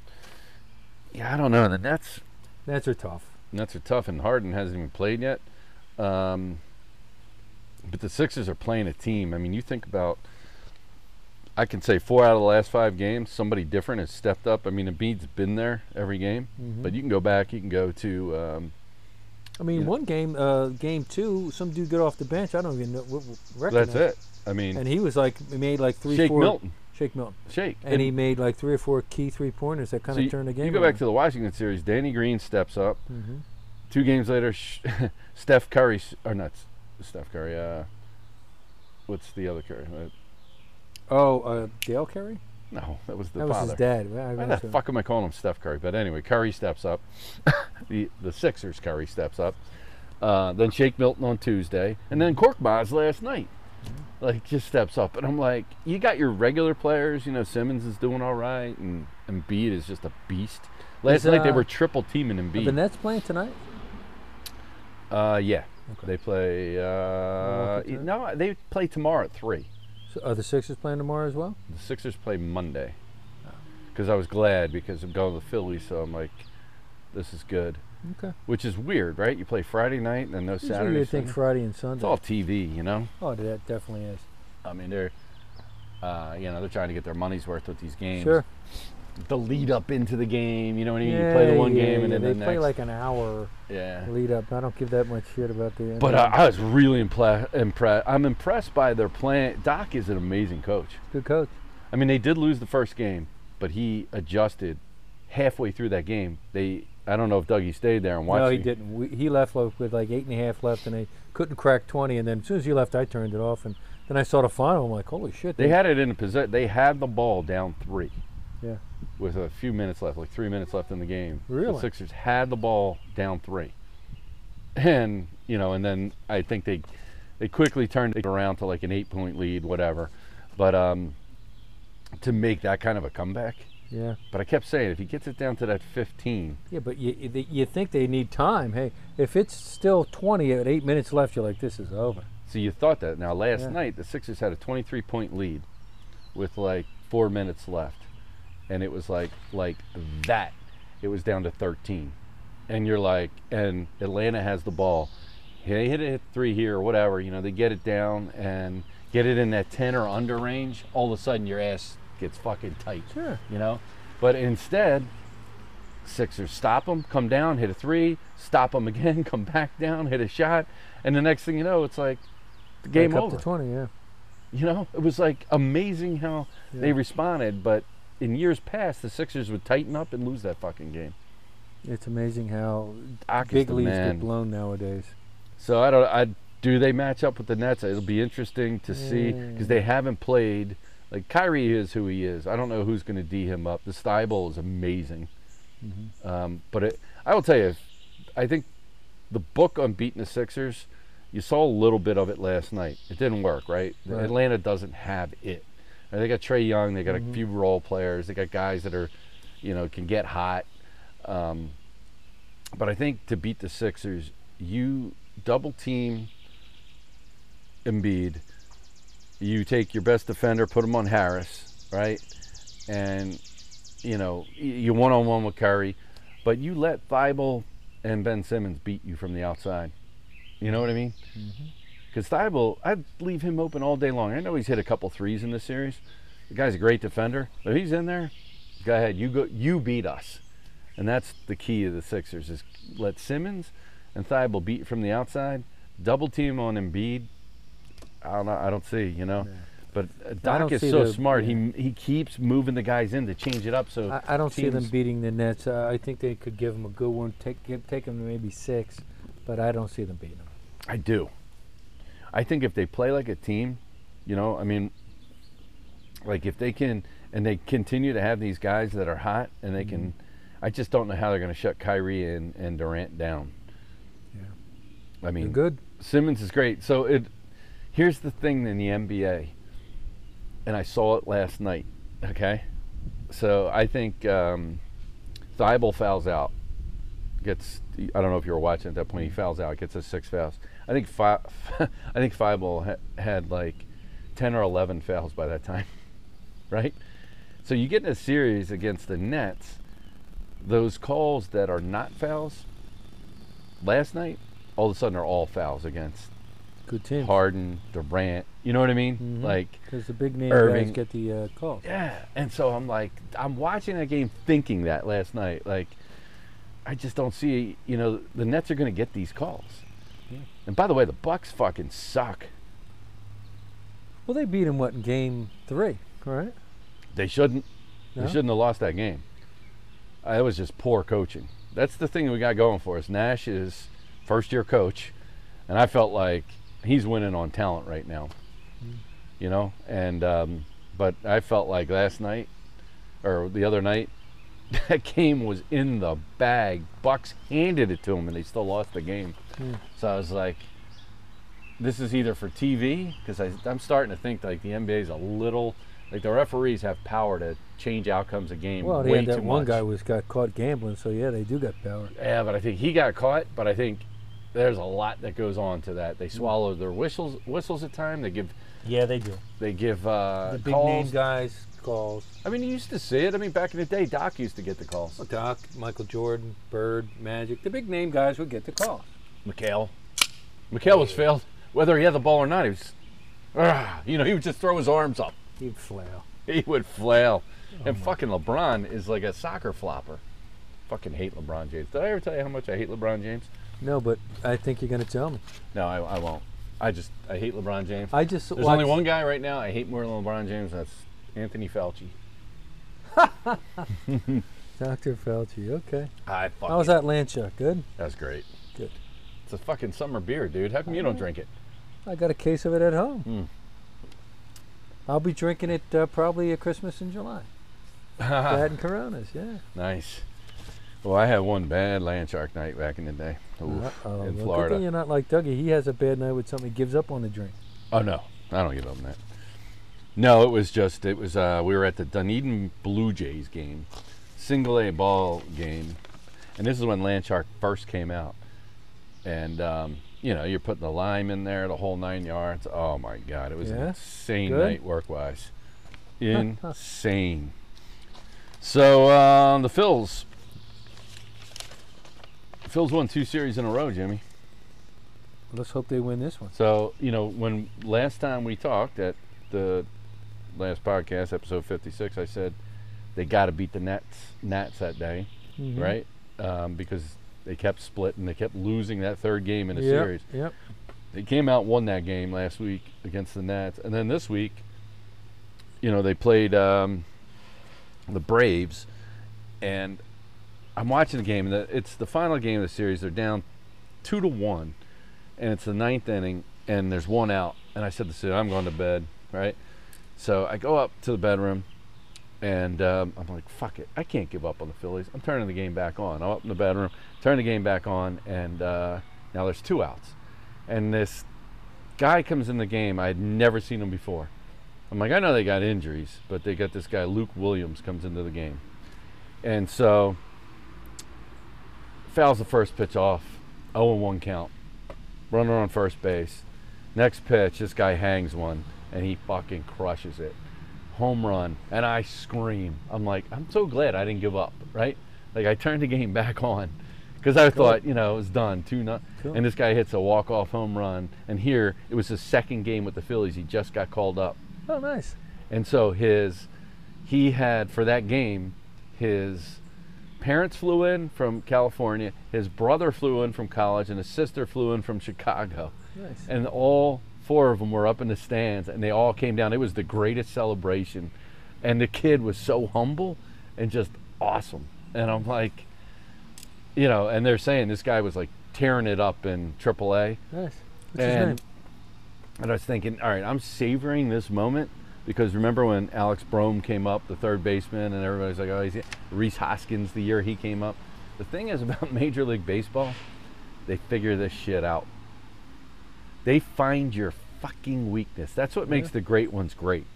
Speaker 2: Yeah, I don't know. The Nets,
Speaker 3: Nets are tough.
Speaker 2: Nets are tough, and Harden hasn't even played yet. Um, but the Sixers are playing a team. I mean, you think about I can say four out of the last five games, somebody different has stepped up. I mean, Embiid's been there every game,
Speaker 3: Mm-hmm.
Speaker 2: but you can go back. You can go to um,
Speaker 3: I mean,
Speaker 2: Yeah.
Speaker 3: one game, uh, game two, some dude got off the bench. I don't even know what record.
Speaker 2: that's it. I mean,
Speaker 3: And he was like, he made like three,
Speaker 2: Shake
Speaker 3: four.
Speaker 2: Milton,
Speaker 3: Shake Milton.
Speaker 2: Shake,
Speaker 3: And he made like three or four key three pointers that kind
Speaker 2: so
Speaker 3: of
Speaker 2: you-
Speaker 3: turned the game.
Speaker 2: You go back to the Washington series. Danny Green steps up.
Speaker 3: Mhm.
Speaker 2: Two games later, sh- Steph Curry s- or not S- Steph Curry. Uh, what's the other Curry? Uh,
Speaker 3: oh, uh, Dale Carey.
Speaker 2: no, that was the
Speaker 3: That was
Speaker 2: father.
Speaker 3: his dad. I- I
Speaker 2: Why the
Speaker 3: gotcha.
Speaker 2: fuck am I calling him Steph Curry? But anyway, Curry steps up. the the Sixers Curry steps up. Uh, then Shake Milton on Tuesday, and then Korkmaz last night.
Speaker 3: Mm-hmm.
Speaker 2: Like just steps up, and I'm like, you got your regular players. You know, Simmons is doing all right, and Embiid is just a beast. Last
Speaker 3: Is,
Speaker 2: night they
Speaker 3: uh,
Speaker 2: were triple teaming
Speaker 3: Are the
Speaker 2: Embiid.
Speaker 3: Nets playing tonight?
Speaker 2: Uh, yeah,
Speaker 3: Okay.
Speaker 2: they play. Uh,
Speaker 3: Milwaukee tonight?
Speaker 2: no, they play tomorrow at three.
Speaker 3: So are the Sixers playing tomorrow as well?
Speaker 2: The Sixers play Monday.
Speaker 3: Oh.
Speaker 2: Because I was glad because I'm going to the Phillies, so I'm like, this is good.
Speaker 3: Okay.
Speaker 2: Which is weird, right? You play Friday night and then no
Speaker 3: Usually
Speaker 2: Saturday.
Speaker 3: you think
Speaker 2: Sunday.
Speaker 3: Friday and Sunday.
Speaker 2: It's all TV, you know.
Speaker 3: Oh, that definitely is.
Speaker 2: I mean, they're, uh, you know, they're trying to get their money's worth with these games.
Speaker 3: Sure.
Speaker 2: The lead up into the game, you know what I mean? you play the one
Speaker 3: yeah,
Speaker 2: game and
Speaker 3: yeah,
Speaker 2: then
Speaker 3: they
Speaker 2: the
Speaker 3: play
Speaker 2: next.
Speaker 3: like an hour
Speaker 2: yeah.
Speaker 3: lead up. I don't give that much shit about the.
Speaker 2: But uh,
Speaker 3: NBA.
Speaker 2: I, I was really impla- impressed. I'm impressed by their plan. Doc is an amazing coach.
Speaker 3: good coach.
Speaker 2: I mean, they did lose the first game, but he adjusted halfway through that game. They, I don't know if Dougie stayed there and watched.
Speaker 3: No, he
Speaker 2: the-
Speaker 3: didn't. We, he left lo- with like eight and a half left, and they couldn't crack twenty. And then as soon as he left, I turned it off, and then I saw the final. I'm like, holy shit!
Speaker 2: They had it in a possession. They had the ball down three.
Speaker 3: Yeah.
Speaker 2: With a few minutes left, like three minutes left in the game. The
Speaker 3: Really?
Speaker 2: Sixers had the ball down three, and you know, and then I think they, they quickly turned it around to like an eight-point lead, whatever. But um, to make that kind of a comeback.
Speaker 3: yeah,
Speaker 2: But I kept saying, if he gets it down to that 15,
Speaker 3: yeah. But you, you you think they need time? Hey, if it's still twenty at eight minutes left, you're like, this is over.
Speaker 2: So you thought that. Now, last
Speaker 3: Yeah.
Speaker 2: night, the Sixers had a 23 point lead with like four minutes left. And it was like, like that. It was down to 13. And you're like, and Atlanta has the ball. They hit a three here or whatever. You know, they get it down and get it in that 10 or under range. All of a sudden, your ass gets fucking tight.
Speaker 3: Sure.
Speaker 2: You know? But instead, Sixers stop them, come down, hit a three, stop them again, come back down, hit a shot, and the next thing you know, it's like the game
Speaker 3: Back
Speaker 2: over.
Speaker 3: Up to twenty. Yeah.
Speaker 2: You know, it was like amazing how they
Speaker 3: Yeah.
Speaker 2: responded. But in years past, the Sixers would tighten up and lose that fucking game.
Speaker 3: It's amazing how
Speaker 2: Doc is
Speaker 3: big
Speaker 2: the
Speaker 3: leads
Speaker 2: man.
Speaker 3: get blown nowadays.
Speaker 2: So I don't. I do they match up with the Nets? It'll be interesting to see because they haven't played. Like Kyrie is who he is. I don't know who's going to d him up. The Steibel is amazing,
Speaker 3: Mm-hmm.
Speaker 2: um, but it, I will tell you, I think the book on beating the Sixers. You saw a little bit of it last night. It didn't work, right?
Speaker 3: Right.
Speaker 2: Atlanta doesn't have it. And they got Trey Young. They got a few role players. They got guys that are, you know, can get hot. Um, but I think to beat the Sixers, you double team Embiid. You take your best defender, put him on Harris, right? And you know y- you one on one with Curry, but you let Thibault and Ben Simmons beat you from the outside. You know what I mean?
Speaker 3: Mm-hmm.
Speaker 2: Because Thibault, I'd leave him open all day long. I know he's hit a couple threes in this series. The guy's a great defender, but if he's in there. Go ahead, you go. You beat us, and that's the key of the Sixers is let Simmons and Thibault beat from the outside, double team on Embiid. I don't know. I don't see. You know. But uh, Doc
Speaker 3: don't
Speaker 2: is
Speaker 3: see
Speaker 2: so
Speaker 3: the-
Speaker 2: smart. He he keeps moving the guys in to change it up. So
Speaker 3: I, I don't see them
Speaker 2: teams-
Speaker 3: beating the Nets. Uh, I think they could give them a good one. Take give, take them to maybe six, but I don't see them beating them.
Speaker 2: I do. I think if they play like a team, you know, I mean, like if they can and they continue to have these guys that are hot and they can, I just don't know how they're going to shut Kyrie and, and Durant down. Yeah. I
Speaker 3: They're
Speaker 2: mean,
Speaker 3: good.
Speaker 2: Simmons is great. So it here's the thing in the NBA, and I saw it last night. Okay, so I think um, Thibault fouls out. Gets I don't know if you were watching at that point. He fouls out. Gets a six fouls. I think fi- I think Thibault ha- had like ten or eleven fouls by that time, right? So you get in a series against the Nets. Those calls that are not fouls last night all of a sudden are all fouls against
Speaker 3: Good team.
Speaker 2: Harden, Durant. You know what I mean?
Speaker 3: Mhm.
Speaker 2: Like,
Speaker 3: Because the big name
Speaker 2: Irving.
Speaker 3: guys get the uh, call.
Speaker 2: yeah. And so I'm like, I'm watching that game thinking that last night. Like, I just don't see, you know, the Nets are going to get these calls.
Speaker 3: Yeah.
Speaker 2: And by the way, the Bucks fucking suck.
Speaker 3: Well, they beat him, what, in game three, right?
Speaker 2: They shouldn't.
Speaker 3: No?
Speaker 2: They shouldn't have lost that game. Uh, That was just poor coaching. That's the thing we got going for us. Nash is first year coach, and I felt like he's winning on talent right now.
Speaker 3: Mm.
Speaker 2: You know, and um, but I felt like last night or the other night that game was in the bag. Bucks handed it to him, and they still lost the game.
Speaker 3: Hmm.
Speaker 2: So I was like, this is either for TV because I'm starting to think like the NBA is a little like the referees have power to change outcomes of game
Speaker 3: Well, they
Speaker 2: way
Speaker 3: had that
Speaker 2: too
Speaker 3: one
Speaker 2: much.
Speaker 3: guy was got caught gambling, so yeah, they do got power.
Speaker 2: Yeah, but I think he got caught. But I think there's a lot that goes on to that.
Speaker 3: Mm.
Speaker 2: They swallow their whistles whistles at time. They give
Speaker 3: Yeah, they do.
Speaker 2: they give uh,
Speaker 3: The big
Speaker 2: calls.
Speaker 3: name guys calls.
Speaker 2: I mean, you used to see it. I mean, back in the day, Doc used to get the calls.
Speaker 3: Doc, Michael Jordan, Bird, Magic, the big name guys would get the calls.
Speaker 2: Mikhail. Mikhail was failed, whether he had the ball or not. He was, ah, you know, he would just throw his arms up.
Speaker 3: He'd flail.
Speaker 2: He would flail.
Speaker 3: Oh,
Speaker 2: and fucking LeBron is like a soccer flopper. Fucking hate LeBron James. Did I ever tell you how much I hate LeBron James?
Speaker 3: No, but I think you're gonna tell me.
Speaker 2: No, I, I won't. I just I hate LeBron James.
Speaker 3: I just
Speaker 2: There's
Speaker 3: watched,
Speaker 2: only one guy right now I hate more than LeBron James. That's Anthony Fauci.
Speaker 3: Dr. Fauci. Okay.
Speaker 2: I fucking.
Speaker 3: How was that Landshark? Good.
Speaker 2: That's great.
Speaker 3: Good.
Speaker 2: It's a fucking summer beer, dude. How come you
Speaker 3: Mm.
Speaker 2: don't drink it?
Speaker 3: I got a case of it at home.
Speaker 2: Mm.
Speaker 3: I'll be drinking it uh, probably at Christmas in July. that and Coronas. Yeah.
Speaker 2: Nice. Well, I had one bad land shark night back in the day. Oof,
Speaker 3: Uh-oh.
Speaker 2: in
Speaker 3: Well, Good
Speaker 2: Florida.
Speaker 3: thing you're not like Dougie. He has a bad night with something. He gives up on the drink.
Speaker 2: Oh no, I don't give up on that. No, it was just it was uh, we were at the Dunedin Blue Jays game, single A ball game, and this is when Landshark first came out, and um, you know you're putting the lime in there, the whole nine yards. Oh my God, it was an
Speaker 3: Yeah?
Speaker 2: insane
Speaker 3: Good?
Speaker 2: night work wise, insane. so um, the Phils, Phils won two series in a row, Jimmy.
Speaker 3: Let's hope they win this one.
Speaker 2: So, you know, when last time we talked at the last podcast, episode 56, I said they got to beat the Nets, Nats that day,
Speaker 3: Mhm.
Speaker 2: right? Um, because they kept splitting, they kept losing that third game in a
Speaker 3: Yep,
Speaker 2: series.
Speaker 3: Yep.
Speaker 2: They came out, won that game last week against the Nats. And then this week, you know, they played um, the Braves. And I'm watching the game, and the- it's the final game of the series. They're down two to one, and it's the ninth inning, and there's one out. And I said to Sid, I'm going to bed, right? So I go up to the bedroom, and um, I'm like, fuck it. I can't give up on the Phillies. I'm turning the game back on. I'm up in the bedroom, turn the game back on, and uh, now there's two outs. And this guy comes in the game. I had never seen him before. I'm like, I know they got injuries, but they got this guy, Luke Williams, comes into the game. And so fouls the first pitch off, 0 1 count. Runner on first base. Next pitch, this guy hangs one and he fucking crushes it. Home run. And I scream. I'm like, I'm so glad I didn't give up, right? Like, I turned the game back on because I thought, you know, it was done. 2 0.
Speaker 3: Cool.
Speaker 2: And this guy hits a walk off home run. And here, it was his second game with the Phillies. He just got called up.
Speaker 3: Oh, nice.
Speaker 2: And so his, he had for that game, his parents flew in from California, his brother flew in from college, and his sister flew in from Chicago.
Speaker 3: Nice.
Speaker 2: And all four of them were up in the stands, and they all came down. It was the greatest celebration. And the kid was so humble and just awesome. And I'm like, you know, and they're saying this guy was like tearing it up in AAA.
Speaker 3: Nice. What's
Speaker 2: And-
Speaker 3: his name?
Speaker 2: And I was thinking, all right, I'm savoring this moment because remember when Alex Brome came up, the third baseman, and everybody's like, oh, he's Reese Hoskins the year he came up. The thing is about Major League Baseball, they figure this shit out. They find your fucking weakness. That's what makes
Speaker 3: Yeah.
Speaker 2: the great ones great,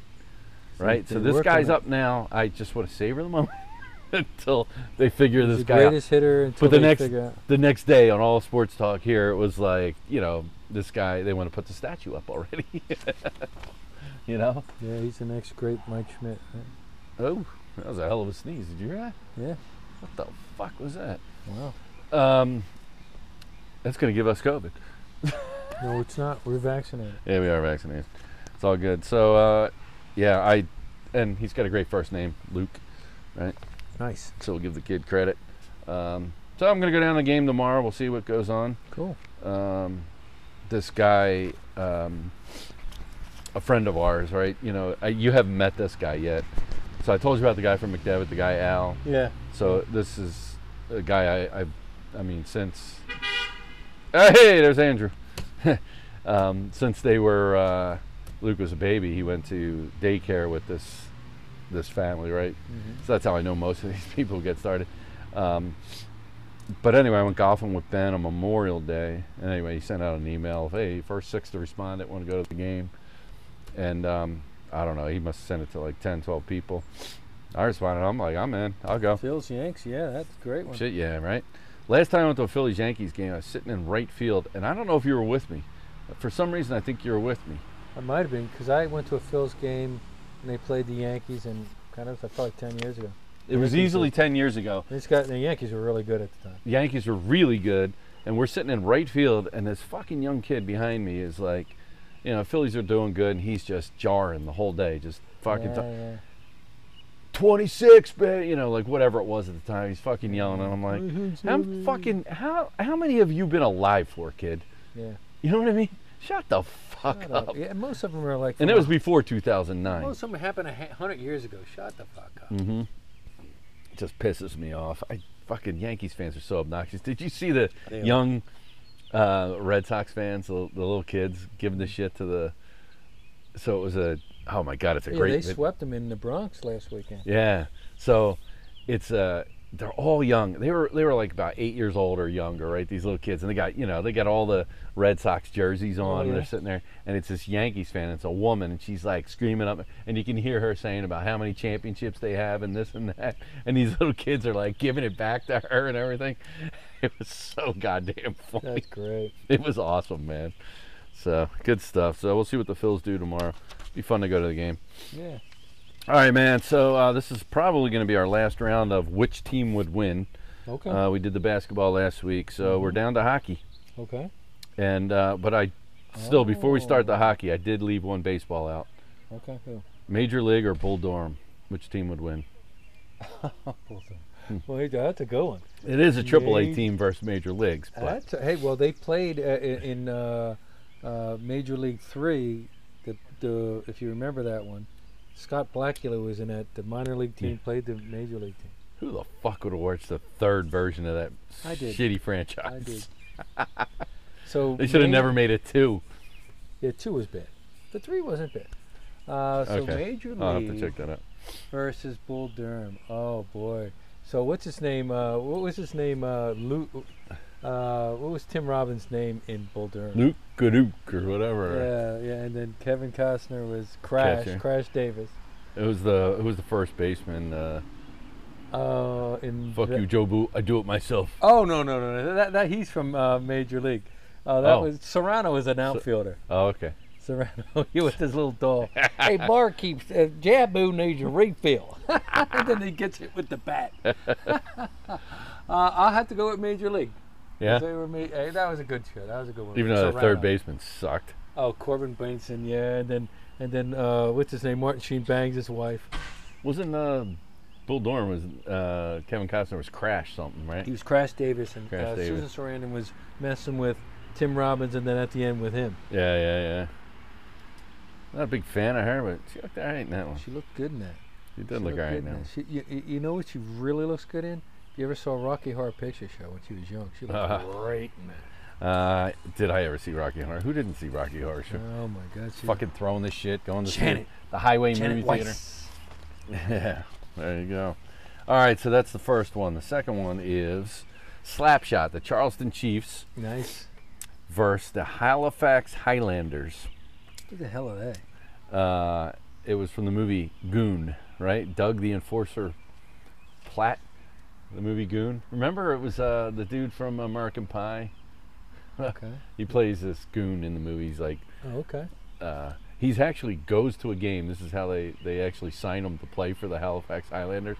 Speaker 2: right?
Speaker 3: they
Speaker 2: So this
Speaker 3: work on
Speaker 2: guy's
Speaker 3: it.
Speaker 2: up now. I just want to savor the moment until they figure
Speaker 3: He's
Speaker 2: this
Speaker 3: the
Speaker 2: guy out
Speaker 3: greatest hitter until
Speaker 2: but the
Speaker 3: they
Speaker 2: next
Speaker 3: figure out.
Speaker 2: the next day on all sports talk here it was like you know this guy they want to put the statue up already you know
Speaker 3: Yeah, he's the next great Mike Schmidt. right?
Speaker 2: oh that was a hell of a sneeze did you hear that
Speaker 3: Yeah.
Speaker 2: what the fuck was that
Speaker 3: Wow.
Speaker 2: um that's gonna give us covid
Speaker 3: No, it's not. We're vaccinated.
Speaker 2: Yeah, we are vaccinated. It's all good. So, uh, yeah, I, and he's got a great first name, Luke.
Speaker 3: Nice.
Speaker 2: So we'll give the kid credit. Um, so I'm gonna go down to the game tomorrow. We'll see what goes on.
Speaker 3: Cool.
Speaker 2: um, this guy, um, a friend of ours, right? You know, I, you haven't met this guy yet. So I told you about the guy from McDevitt, the guy Al.
Speaker 3: Yeah.
Speaker 2: So this is a guy I, I, I mean, since Ah, hey, there's Andrew. um, since they were uh, Luke was a baby, he went to daycare with this this family, right? So that's how I know most of these people who get started. Um, but anyway, I went golfing with Ben on Memorial Day. And anyway, he sent out an email of, hey, first six to respond that want to go to the game. And um, I don't know, he must have sent it to like 10, 12 people. I responded, I'm like, I'm in, I'll go.
Speaker 3: Phil's Yanks. Yeah, that's a great one.
Speaker 2: Shit, yeah, right? Last time I went to a Phillies Yankees game, I was sitting in right field, and I don't know if you were with me. but For some reason, I think you were with me.
Speaker 3: I might have been because I went to a Phil's game and they played the Yankees and kind of that's probably ten years ago.
Speaker 2: It was
Speaker 3: Yankees
Speaker 2: easily
Speaker 3: were-
Speaker 2: 10 years ago.
Speaker 3: This guy, the Yankees were really good at the time.
Speaker 2: The Yankees were really good, and we're sitting in right field, and this fucking young kid behind me is like, you know, Phillies are doing good, and he's just jarring the whole day, just fucking
Speaker 3: yeah,
Speaker 2: ta-
Speaker 3: yeah.
Speaker 2: 26, babe, you know, like whatever it was at the time. He's fucking yelling, and I'm like, I'm
Speaker 3: 26.
Speaker 2: fucking, how, how many have you been alive for, kid?
Speaker 3: Yeah.
Speaker 2: You know what I mean? Shut the fuck
Speaker 3: Shut
Speaker 2: up.
Speaker 3: up. Yeah, most of them were like.
Speaker 2: And it
Speaker 3: from
Speaker 2: was before 2009.
Speaker 1: Well, something happened a ha- hundred years ago. Shut the fuck up.
Speaker 2: Mm-hmm. Just pisses me off. I fucking Yankees fans are so obnoxious. Did you see the
Speaker 1: They are.
Speaker 2: young uh, Red Sox fans, the, the little kids, giving the shit to the? So it was a. Oh my god, it's a
Speaker 3: Yeah,
Speaker 2: great.
Speaker 3: they
Speaker 2: vid-
Speaker 3: swept them in the Bronx last weekend.
Speaker 2: yeah. So it's uh they're all young. They were they were like about eight years old or younger, right? These little kids, and they got you know they got all the Red Sox jerseys on. and
Speaker 3: Oh, yeah.
Speaker 2: They're sitting there, and it's this Yankees fan. It's a woman, and she's like screaming up, and you can hear her saying about how many championships they have and this and that. And these little kids are like giving it back to her and everything. It was so goddamn funny.
Speaker 3: That's great.
Speaker 2: It was awesome, man. So good stuff. So we'll see what the Phils do tomorrow. Be fun to go to the game.
Speaker 3: Yeah.
Speaker 2: All right, man. So uh, this is probably going to be our last round of which team would win.
Speaker 3: Okay.
Speaker 2: Uh, we did the basketball last week, so we're down to hockey.
Speaker 3: okay.
Speaker 2: And uh, but I still before we start the hockey, I did leave one baseball out.
Speaker 3: Okay. Cool.
Speaker 2: Major League or Bull Durham, which team would win?
Speaker 3: Well, that's a good one.
Speaker 2: It is a Triple A
Speaker 3: Ma-
Speaker 2: team versus Major Leagues, but
Speaker 3: That's a, hey, well, they played uh, i- in uh, uh, Major League Three. The, the if you remember that one, Scott Blackula was in that. The minor league team played the major league team.
Speaker 2: who the fuck would have watched the third version of that
Speaker 3: I did.
Speaker 2: shitty franchise?
Speaker 3: I did. so
Speaker 2: They should have
Speaker 3: ma-
Speaker 2: never made it two.
Speaker 3: Yeah, two was bad. The three wasn't bad. Uh, so
Speaker 2: Okay.
Speaker 3: major league
Speaker 2: I'll have to check that out.
Speaker 3: versus Bull Durham. Oh boy. So what's his name? Uh, what was his name? Uh, Luke. Uh, what was Tim Robbins' name in Bull Durham?
Speaker 2: Luke Gadook or whatever.
Speaker 3: Yeah, yeah, and then Kevin Costner was Crash,
Speaker 2: Catcher.
Speaker 3: Crash Davis.
Speaker 2: It was the who was the first baseman. Uh,
Speaker 3: Uh, in
Speaker 2: fuck
Speaker 3: the-
Speaker 2: you, Joe Boo. I do it myself.
Speaker 3: Oh no no no no! That, that he's from uh, Major League. Uh, that
Speaker 2: Oh.
Speaker 3: was Serrano was an outfielder.
Speaker 2: Oh, okay.
Speaker 3: Serrano, he with his little doll. hey, barkeep, uh, Jabu needs a refill. and then he gets hit with the bat. uh, I'll have to go with Major League.
Speaker 2: Yeah.
Speaker 3: They were ma- hey, that was a good show. That was a good one.
Speaker 2: Even though the third
Speaker 3: Serrano.
Speaker 2: baseman sucked.
Speaker 3: Oh, Corbin Bainson, yeah, and then and then uh, what's his name? Martin Sheen bangs his wife.
Speaker 2: Wasn't uh, Bill Dorn was uh, Kevin Costner was Crash something, right?
Speaker 3: He was Crash Davis, and
Speaker 2: Crash
Speaker 3: uh,
Speaker 2: Davis.
Speaker 3: Susan Sarandon was messing with Tim Robbins, and then at the end with him.
Speaker 2: Yeah, yeah, yeah. Not a big fan of her, but she looked all right in that one.
Speaker 3: She looked good in that.
Speaker 2: She
Speaker 3: She
Speaker 2: did Oh. look all
Speaker 3: looked
Speaker 2: right
Speaker 3: good in
Speaker 2: now.
Speaker 3: that. She, you, you- you know what she really looks good in? If you ever saw Rocky Horror Picture Show when she was young, she looked
Speaker 2: Uh-huh.
Speaker 3: great in that.
Speaker 2: Uh, did I ever see Rocky Horror? Who didn't see Rocky Horror? Show?
Speaker 3: Oh my God, she
Speaker 2: Fucking throwing this shit, going to see
Speaker 3: Janet.
Speaker 2: the highway
Speaker 3: Janet
Speaker 2: movie theater.
Speaker 3: Weiss.
Speaker 2: Yeah, there you go. All right, so that's the first one. The second one is Slapshot, the Charleston Chiefs
Speaker 3: Nice.
Speaker 2: versus the Halifax Highlanders.
Speaker 3: Who the hell are they?
Speaker 2: uh, it was from the movie Goon, right? Doug the Enforcer Platt, the movie Goon. Remember, it was uh, the dude from American Pie.
Speaker 3: Okay.
Speaker 2: He plays this goon in the movie. He's like,
Speaker 3: Oh, okay.
Speaker 2: uh, he's actually goes to a game. This is how they, they actually sign him to play for the Halifax Highlanders.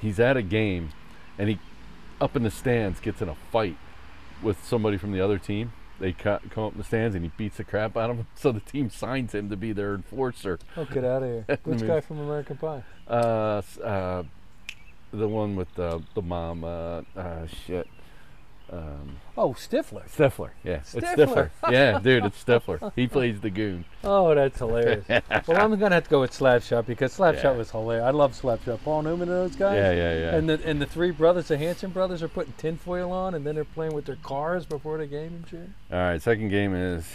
Speaker 2: He's at a game, and he up in the stands gets in a fight with somebody from the other team. they ca- come up in the stands and he beats the crap out of him. So the team signs him to be their enforcer.
Speaker 3: Oh, get out of here. Which guy from American Pie?
Speaker 2: Uh, s- uh, the one with the the mom. Uh, uh shit. Um,
Speaker 3: Oh, Stifler.
Speaker 2: Stifler. Yeah, it's
Speaker 3: Stifler.
Speaker 2: Stifler. yeah, dude, it's Stifler. He plays the goon.
Speaker 3: Oh, that's hilarious. well, I'm gonna have to go with Slapshot because Slapshot
Speaker 2: Yeah.
Speaker 3: was hilarious. I love Slapshot. Paul Newman and those guys.
Speaker 2: Yeah, yeah, yeah.
Speaker 3: And the and the three brothers, the Hanson brothers, are putting tinfoil on, and then they're playing with their cars before the game and shit.
Speaker 2: All right, second game is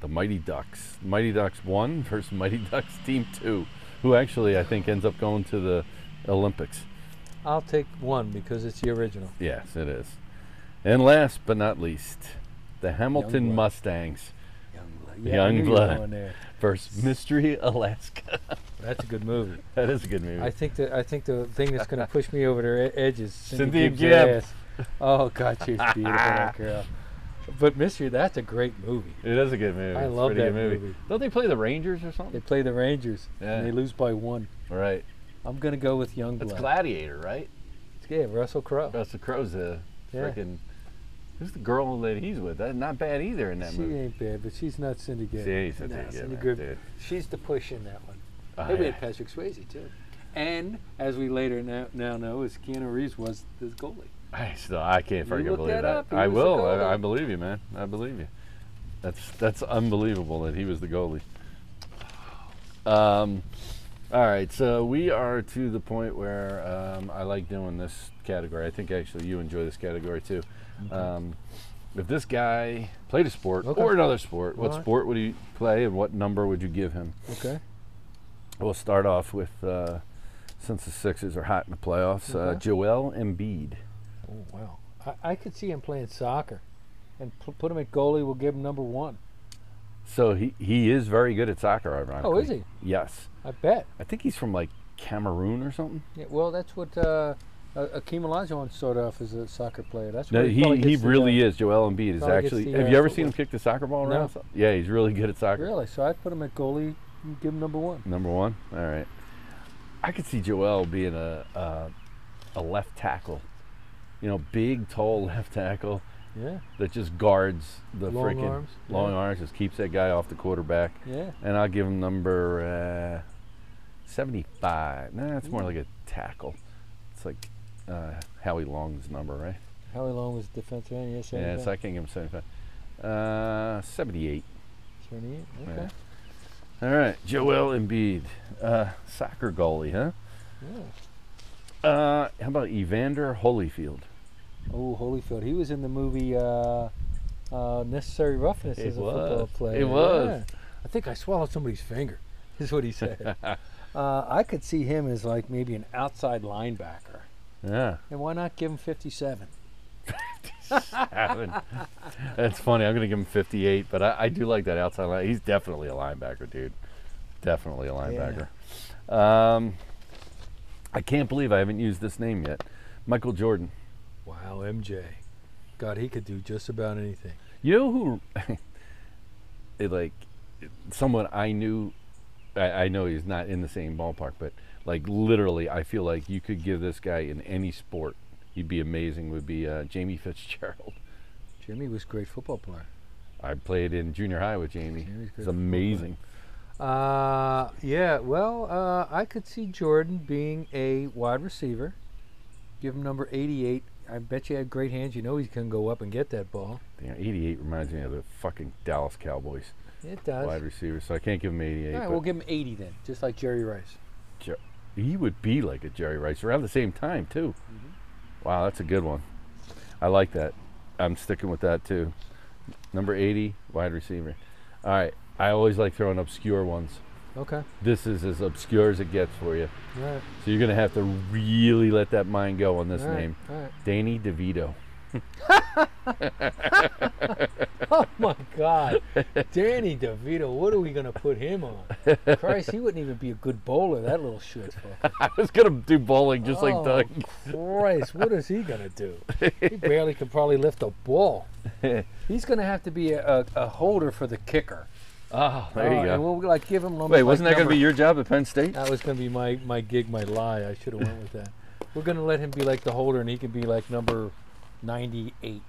Speaker 2: the Mighty Ducks. Mighty Ducks 1 versus Mighty Ducks Team 2, who actually I think ends up going to the Olympics.
Speaker 3: I'll take one because it's the original.
Speaker 2: Yes, it is. And last but not least, the Hamilton
Speaker 3: Youngblood.
Speaker 2: Mustangs
Speaker 3: Yeah, I knew you were
Speaker 2: Youngblood.
Speaker 3: going there.
Speaker 2: versus Mystery Alaska.
Speaker 3: That's a good movie.
Speaker 2: that is a good movie.
Speaker 3: I think that I think the thing that's gonna push me over the e- edge is Cindy,
Speaker 2: Cynthia
Speaker 3: Gibbs'
Speaker 2: Gibb.
Speaker 3: ass. Oh God, she's beautiful, that girl. But Mystery, that's a great movie.
Speaker 2: it is a good movie.
Speaker 3: I
Speaker 2: It's a
Speaker 3: love
Speaker 2: pretty
Speaker 3: that
Speaker 2: good
Speaker 3: movie.
Speaker 2: Don't they play the Rangers or
Speaker 3: They
Speaker 2: something?
Speaker 3: play the Rangers
Speaker 2: Yeah.
Speaker 3: and they lose by one.
Speaker 2: right.
Speaker 3: I'm gonna go with Youngblood.
Speaker 2: That's Gladiator, right?
Speaker 3: Yeah, Russell Crowe.
Speaker 2: Russell Crowe's a
Speaker 3: Yeah.
Speaker 2: freaking. Who's the girl that he's with? That's not bad either in that
Speaker 3: she
Speaker 2: movie.
Speaker 3: ain't bad, but she's not Cindy Gibb.
Speaker 2: See, he's a
Speaker 1: Nah,
Speaker 2: dickhead,
Speaker 3: Cindy
Speaker 2: man,
Speaker 3: Gibb.
Speaker 2: dude.
Speaker 1: She's the push in that one.
Speaker 2: Oh,
Speaker 1: Maybe
Speaker 2: yeah.
Speaker 1: had Patrick Swayze too. And as we later now, now know, is Keanu Reeves was the goalie.
Speaker 2: I still, I can't
Speaker 1: You
Speaker 2: freaking
Speaker 1: look
Speaker 2: believe
Speaker 1: that
Speaker 2: that.
Speaker 1: up. He
Speaker 2: I
Speaker 1: was the
Speaker 2: will. I, I
Speaker 1: goalie.
Speaker 2: believe you, man. I believe you. That's that's unbelievable that he was the goalie. Um, all right, so we are to the point where um, I like doing this category. I think actually you enjoy this category too. Um, if this guy played a sport
Speaker 3: Okay.
Speaker 2: or another sport, what
Speaker 3: Alright.
Speaker 2: sport would he play, and what number would you give him?
Speaker 3: Okay.
Speaker 2: We'll start off with uh, since the Sixers are hot in the playoffs, uh,
Speaker 3: Okay.
Speaker 2: Joel Embiid.
Speaker 3: Oh wow. I, I could see him playing soccer, and pu- put him at goalie. We'll give him number one.
Speaker 2: So he, he is very good at soccer, ironically.
Speaker 3: Oh, is he?
Speaker 2: Yes.
Speaker 3: I bet.
Speaker 2: I think he's from like Cameroon or something.
Speaker 3: Yeah, well, that's what uh, uh, Akeem Olajuwon started off as a soccer player. That's
Speaker 2: No,
Speaker 3: where
Speaker 2: he,
Speaker 3: probably
Speaker 2: he
Speaker 3: gets the,
Speaker 2: really
Speaker 3: uh,
Speaker 2: is. Joel Embiid is
Speaker 3: probably gets
Speaker 2: actually.
Speaker 3: the,
Speaker 2: have
Speaker 3: uh,
Speaker 2: you ever seen him
Speaker 3: footwork.
Speaker 2: kick the soccer ball
Speaker 3: No.
Speaker 2: around? Yeah, he's really good at soccer.
Speaker 3: Really? So I'd put him at goalie. and Give him number one.
Speaker 2: Number one. All right. I could see Joel being a a, a left tackle. You know, big, tall left tackle
Speaker 3: Yeah.
Speaker 2: that just guards the
Speaker 3: Long
Speaker 2: freaking
Speaker 3: arms,
Speaker 2: long
Speaker 3: yeah.
Speaker 2: arms, just keeps that guy off the quarterback.
Speaker 3: Yeah.
Speaker 2: And I'll give him number uh, 75. Nah, it's more like a tackle. It's like uh, Howie Long's number, right?
Speaker 3: Howie Long was defensive end. Yes.
Speaker 2: Yeah, so I can't give him 75. Uh, 78.
Speaker 3: Okay.
Speaker 2: Yeah. All right, Joel Embiid, uh, soccer goalie, huh? Uh, how about Evander Holyfield?
Speaker 3: Oh, Holyfield. He was in the movie uh, uh, Necessary Roughness
Speaker 2: It
Speaker 3: as a football
Speaker 2: was.
Speaker 3: player.
Speaker 2: It was.
Speaker 3: Yeah. I think I swallowed somebody's finger, is what he said. uh, I could see him as like maybe an outside linebacker.
Speaker 2: Yeah,
Speaker 3: And why not give him 57?
Speaker 2: seven. That's funny. I'm gonna give him 58, but I, I do like that outside line. He's definitely a linebacker, dude. Definitely a linebacker. Um, I can't believe I haven't used this name yet. Michael Jordan.
Speaker 3: Wow, MJ. God, he could do just about anything.
Speaker 2: You know who, it, like, someone I knew. I, I know he's not in the same ballpark, but like literally, I feel like you could give this guy in any sport, he'd be amazing. Would be uh, Jamie Fitzgerald.
Speaker 3: Jimmy was a great football player.
Speaker 2: I played in junior high with Jamie.
Speaker 3: Jamie's great
Speaker 2: It's
Speaker 3: football
Speaker 2: amazing.
Speaker 3: Uh, yeah, well, uh, I could see Jordan being a wide receiver. Give him number 88. I bet you had great hands. You know he can go up and get that ball.
Speaker 2: Damn, 88 reminds me of the fucking Dallas Cowboys
Speaker 3: It does.
Speaker 2: wide receiver, so I can't give him 88.
Speaker 3: All right,
Speaker 2: but
Speaker 3: we'll give him 80 then, just like Jerry Rice.
Speaker 2: he would be like a Jerry Rice around the same time, too.
Speaker 3: Mm-hmm.
Speaker 2: Wow, that's a good one. I like that. I'm sticking with that, too. Number 80, wide receiver. All right, I always like throwing obscure ones.
Speaker 3: Okay.
Speaker 2: This is as obscure as it gets for you.
Speaker 3: All right.
Speaker 2: So you're going to have to really let that mind go on this
Speaker 3: all right,
Speaker 2: name.
Speaker 3: All right.
Speaker 2: Danny DeVito.
Speaker 3: Oh my God, Danny DeVito. What are we gonna put him on? Christ, he wouldn't even be a good bowler. That little shit. fucker.
Speaker 2: I was going to do bowling just like
Speaker 3: Oh,
Speaker 2: Doug.
Speaker 3: Christ, what is he gonna do? He barely could probably lift a ball. He's gonna have to be a, a, a holder for the kicker.
Speaker 2: Oh, there
Speaker 3: Uh,
Speaker 2: you go.
Speaker 3: And we'll like Uh, give him.
Speaker 2: Wait, wasn't that going to be your job at Penn State?
Speaker 3: That was gonna be my my gig, my lie. I should have went with that. We're gonna let him be like the holder, and he can be like number ninety-eight.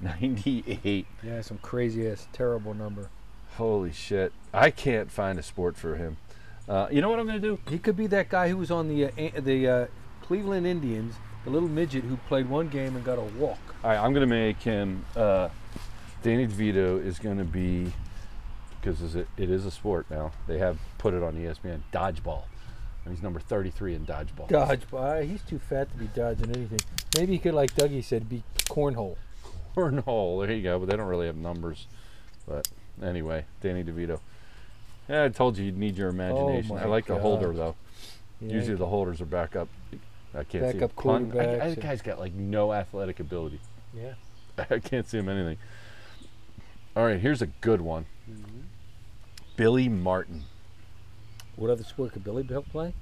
Speaker 2: 98.
Speaker 5: Yeah, some crazy ass, terrible number.
Speaker 2: Holy shit. I can't find a sport for him. Uh, you know what I'm going to do?
Speaker 3: He could be that guy who was on the uh, A- the uh, Cleveland Indians, the little midget who played one game and got a walk.
Speaker 2: All right, I'm going to make him. Uh, Danny DeVito is going to be, because it, it is a sport now. They have put it on E ESPN, dodgeball. And he's number 33 in dodgeball.
Speaker 3: Dodgeball. He's too fat to be dodging anything. Maybe he could, like Dougie said, be cornhole.
Speaker 2: cornhole. There you go. But they don't really have numbers. But anyway, Danny DeVito. Yeah, I told you you'd need your imagination.
Speaker 3: Oh my
Speaker 2: I like the holder
Speaker 3: God.
Speaker 2: though.
Speaker 3: Yeah.
Speaker 2: Usually the holders are back up. I can't see
Speaker 3: Backup
Speaker 2: a pun. I, I,
Speaker 3: quarterbacks.
Speaker 2: that guy's got like no athletic ability.
Speaker 3: Yeah.
Speaker 2: I can't see him anything. All right, here's a good one. Mm-hmm. Billy Martin.
Speaker 3: What other sport could Billy Belt play?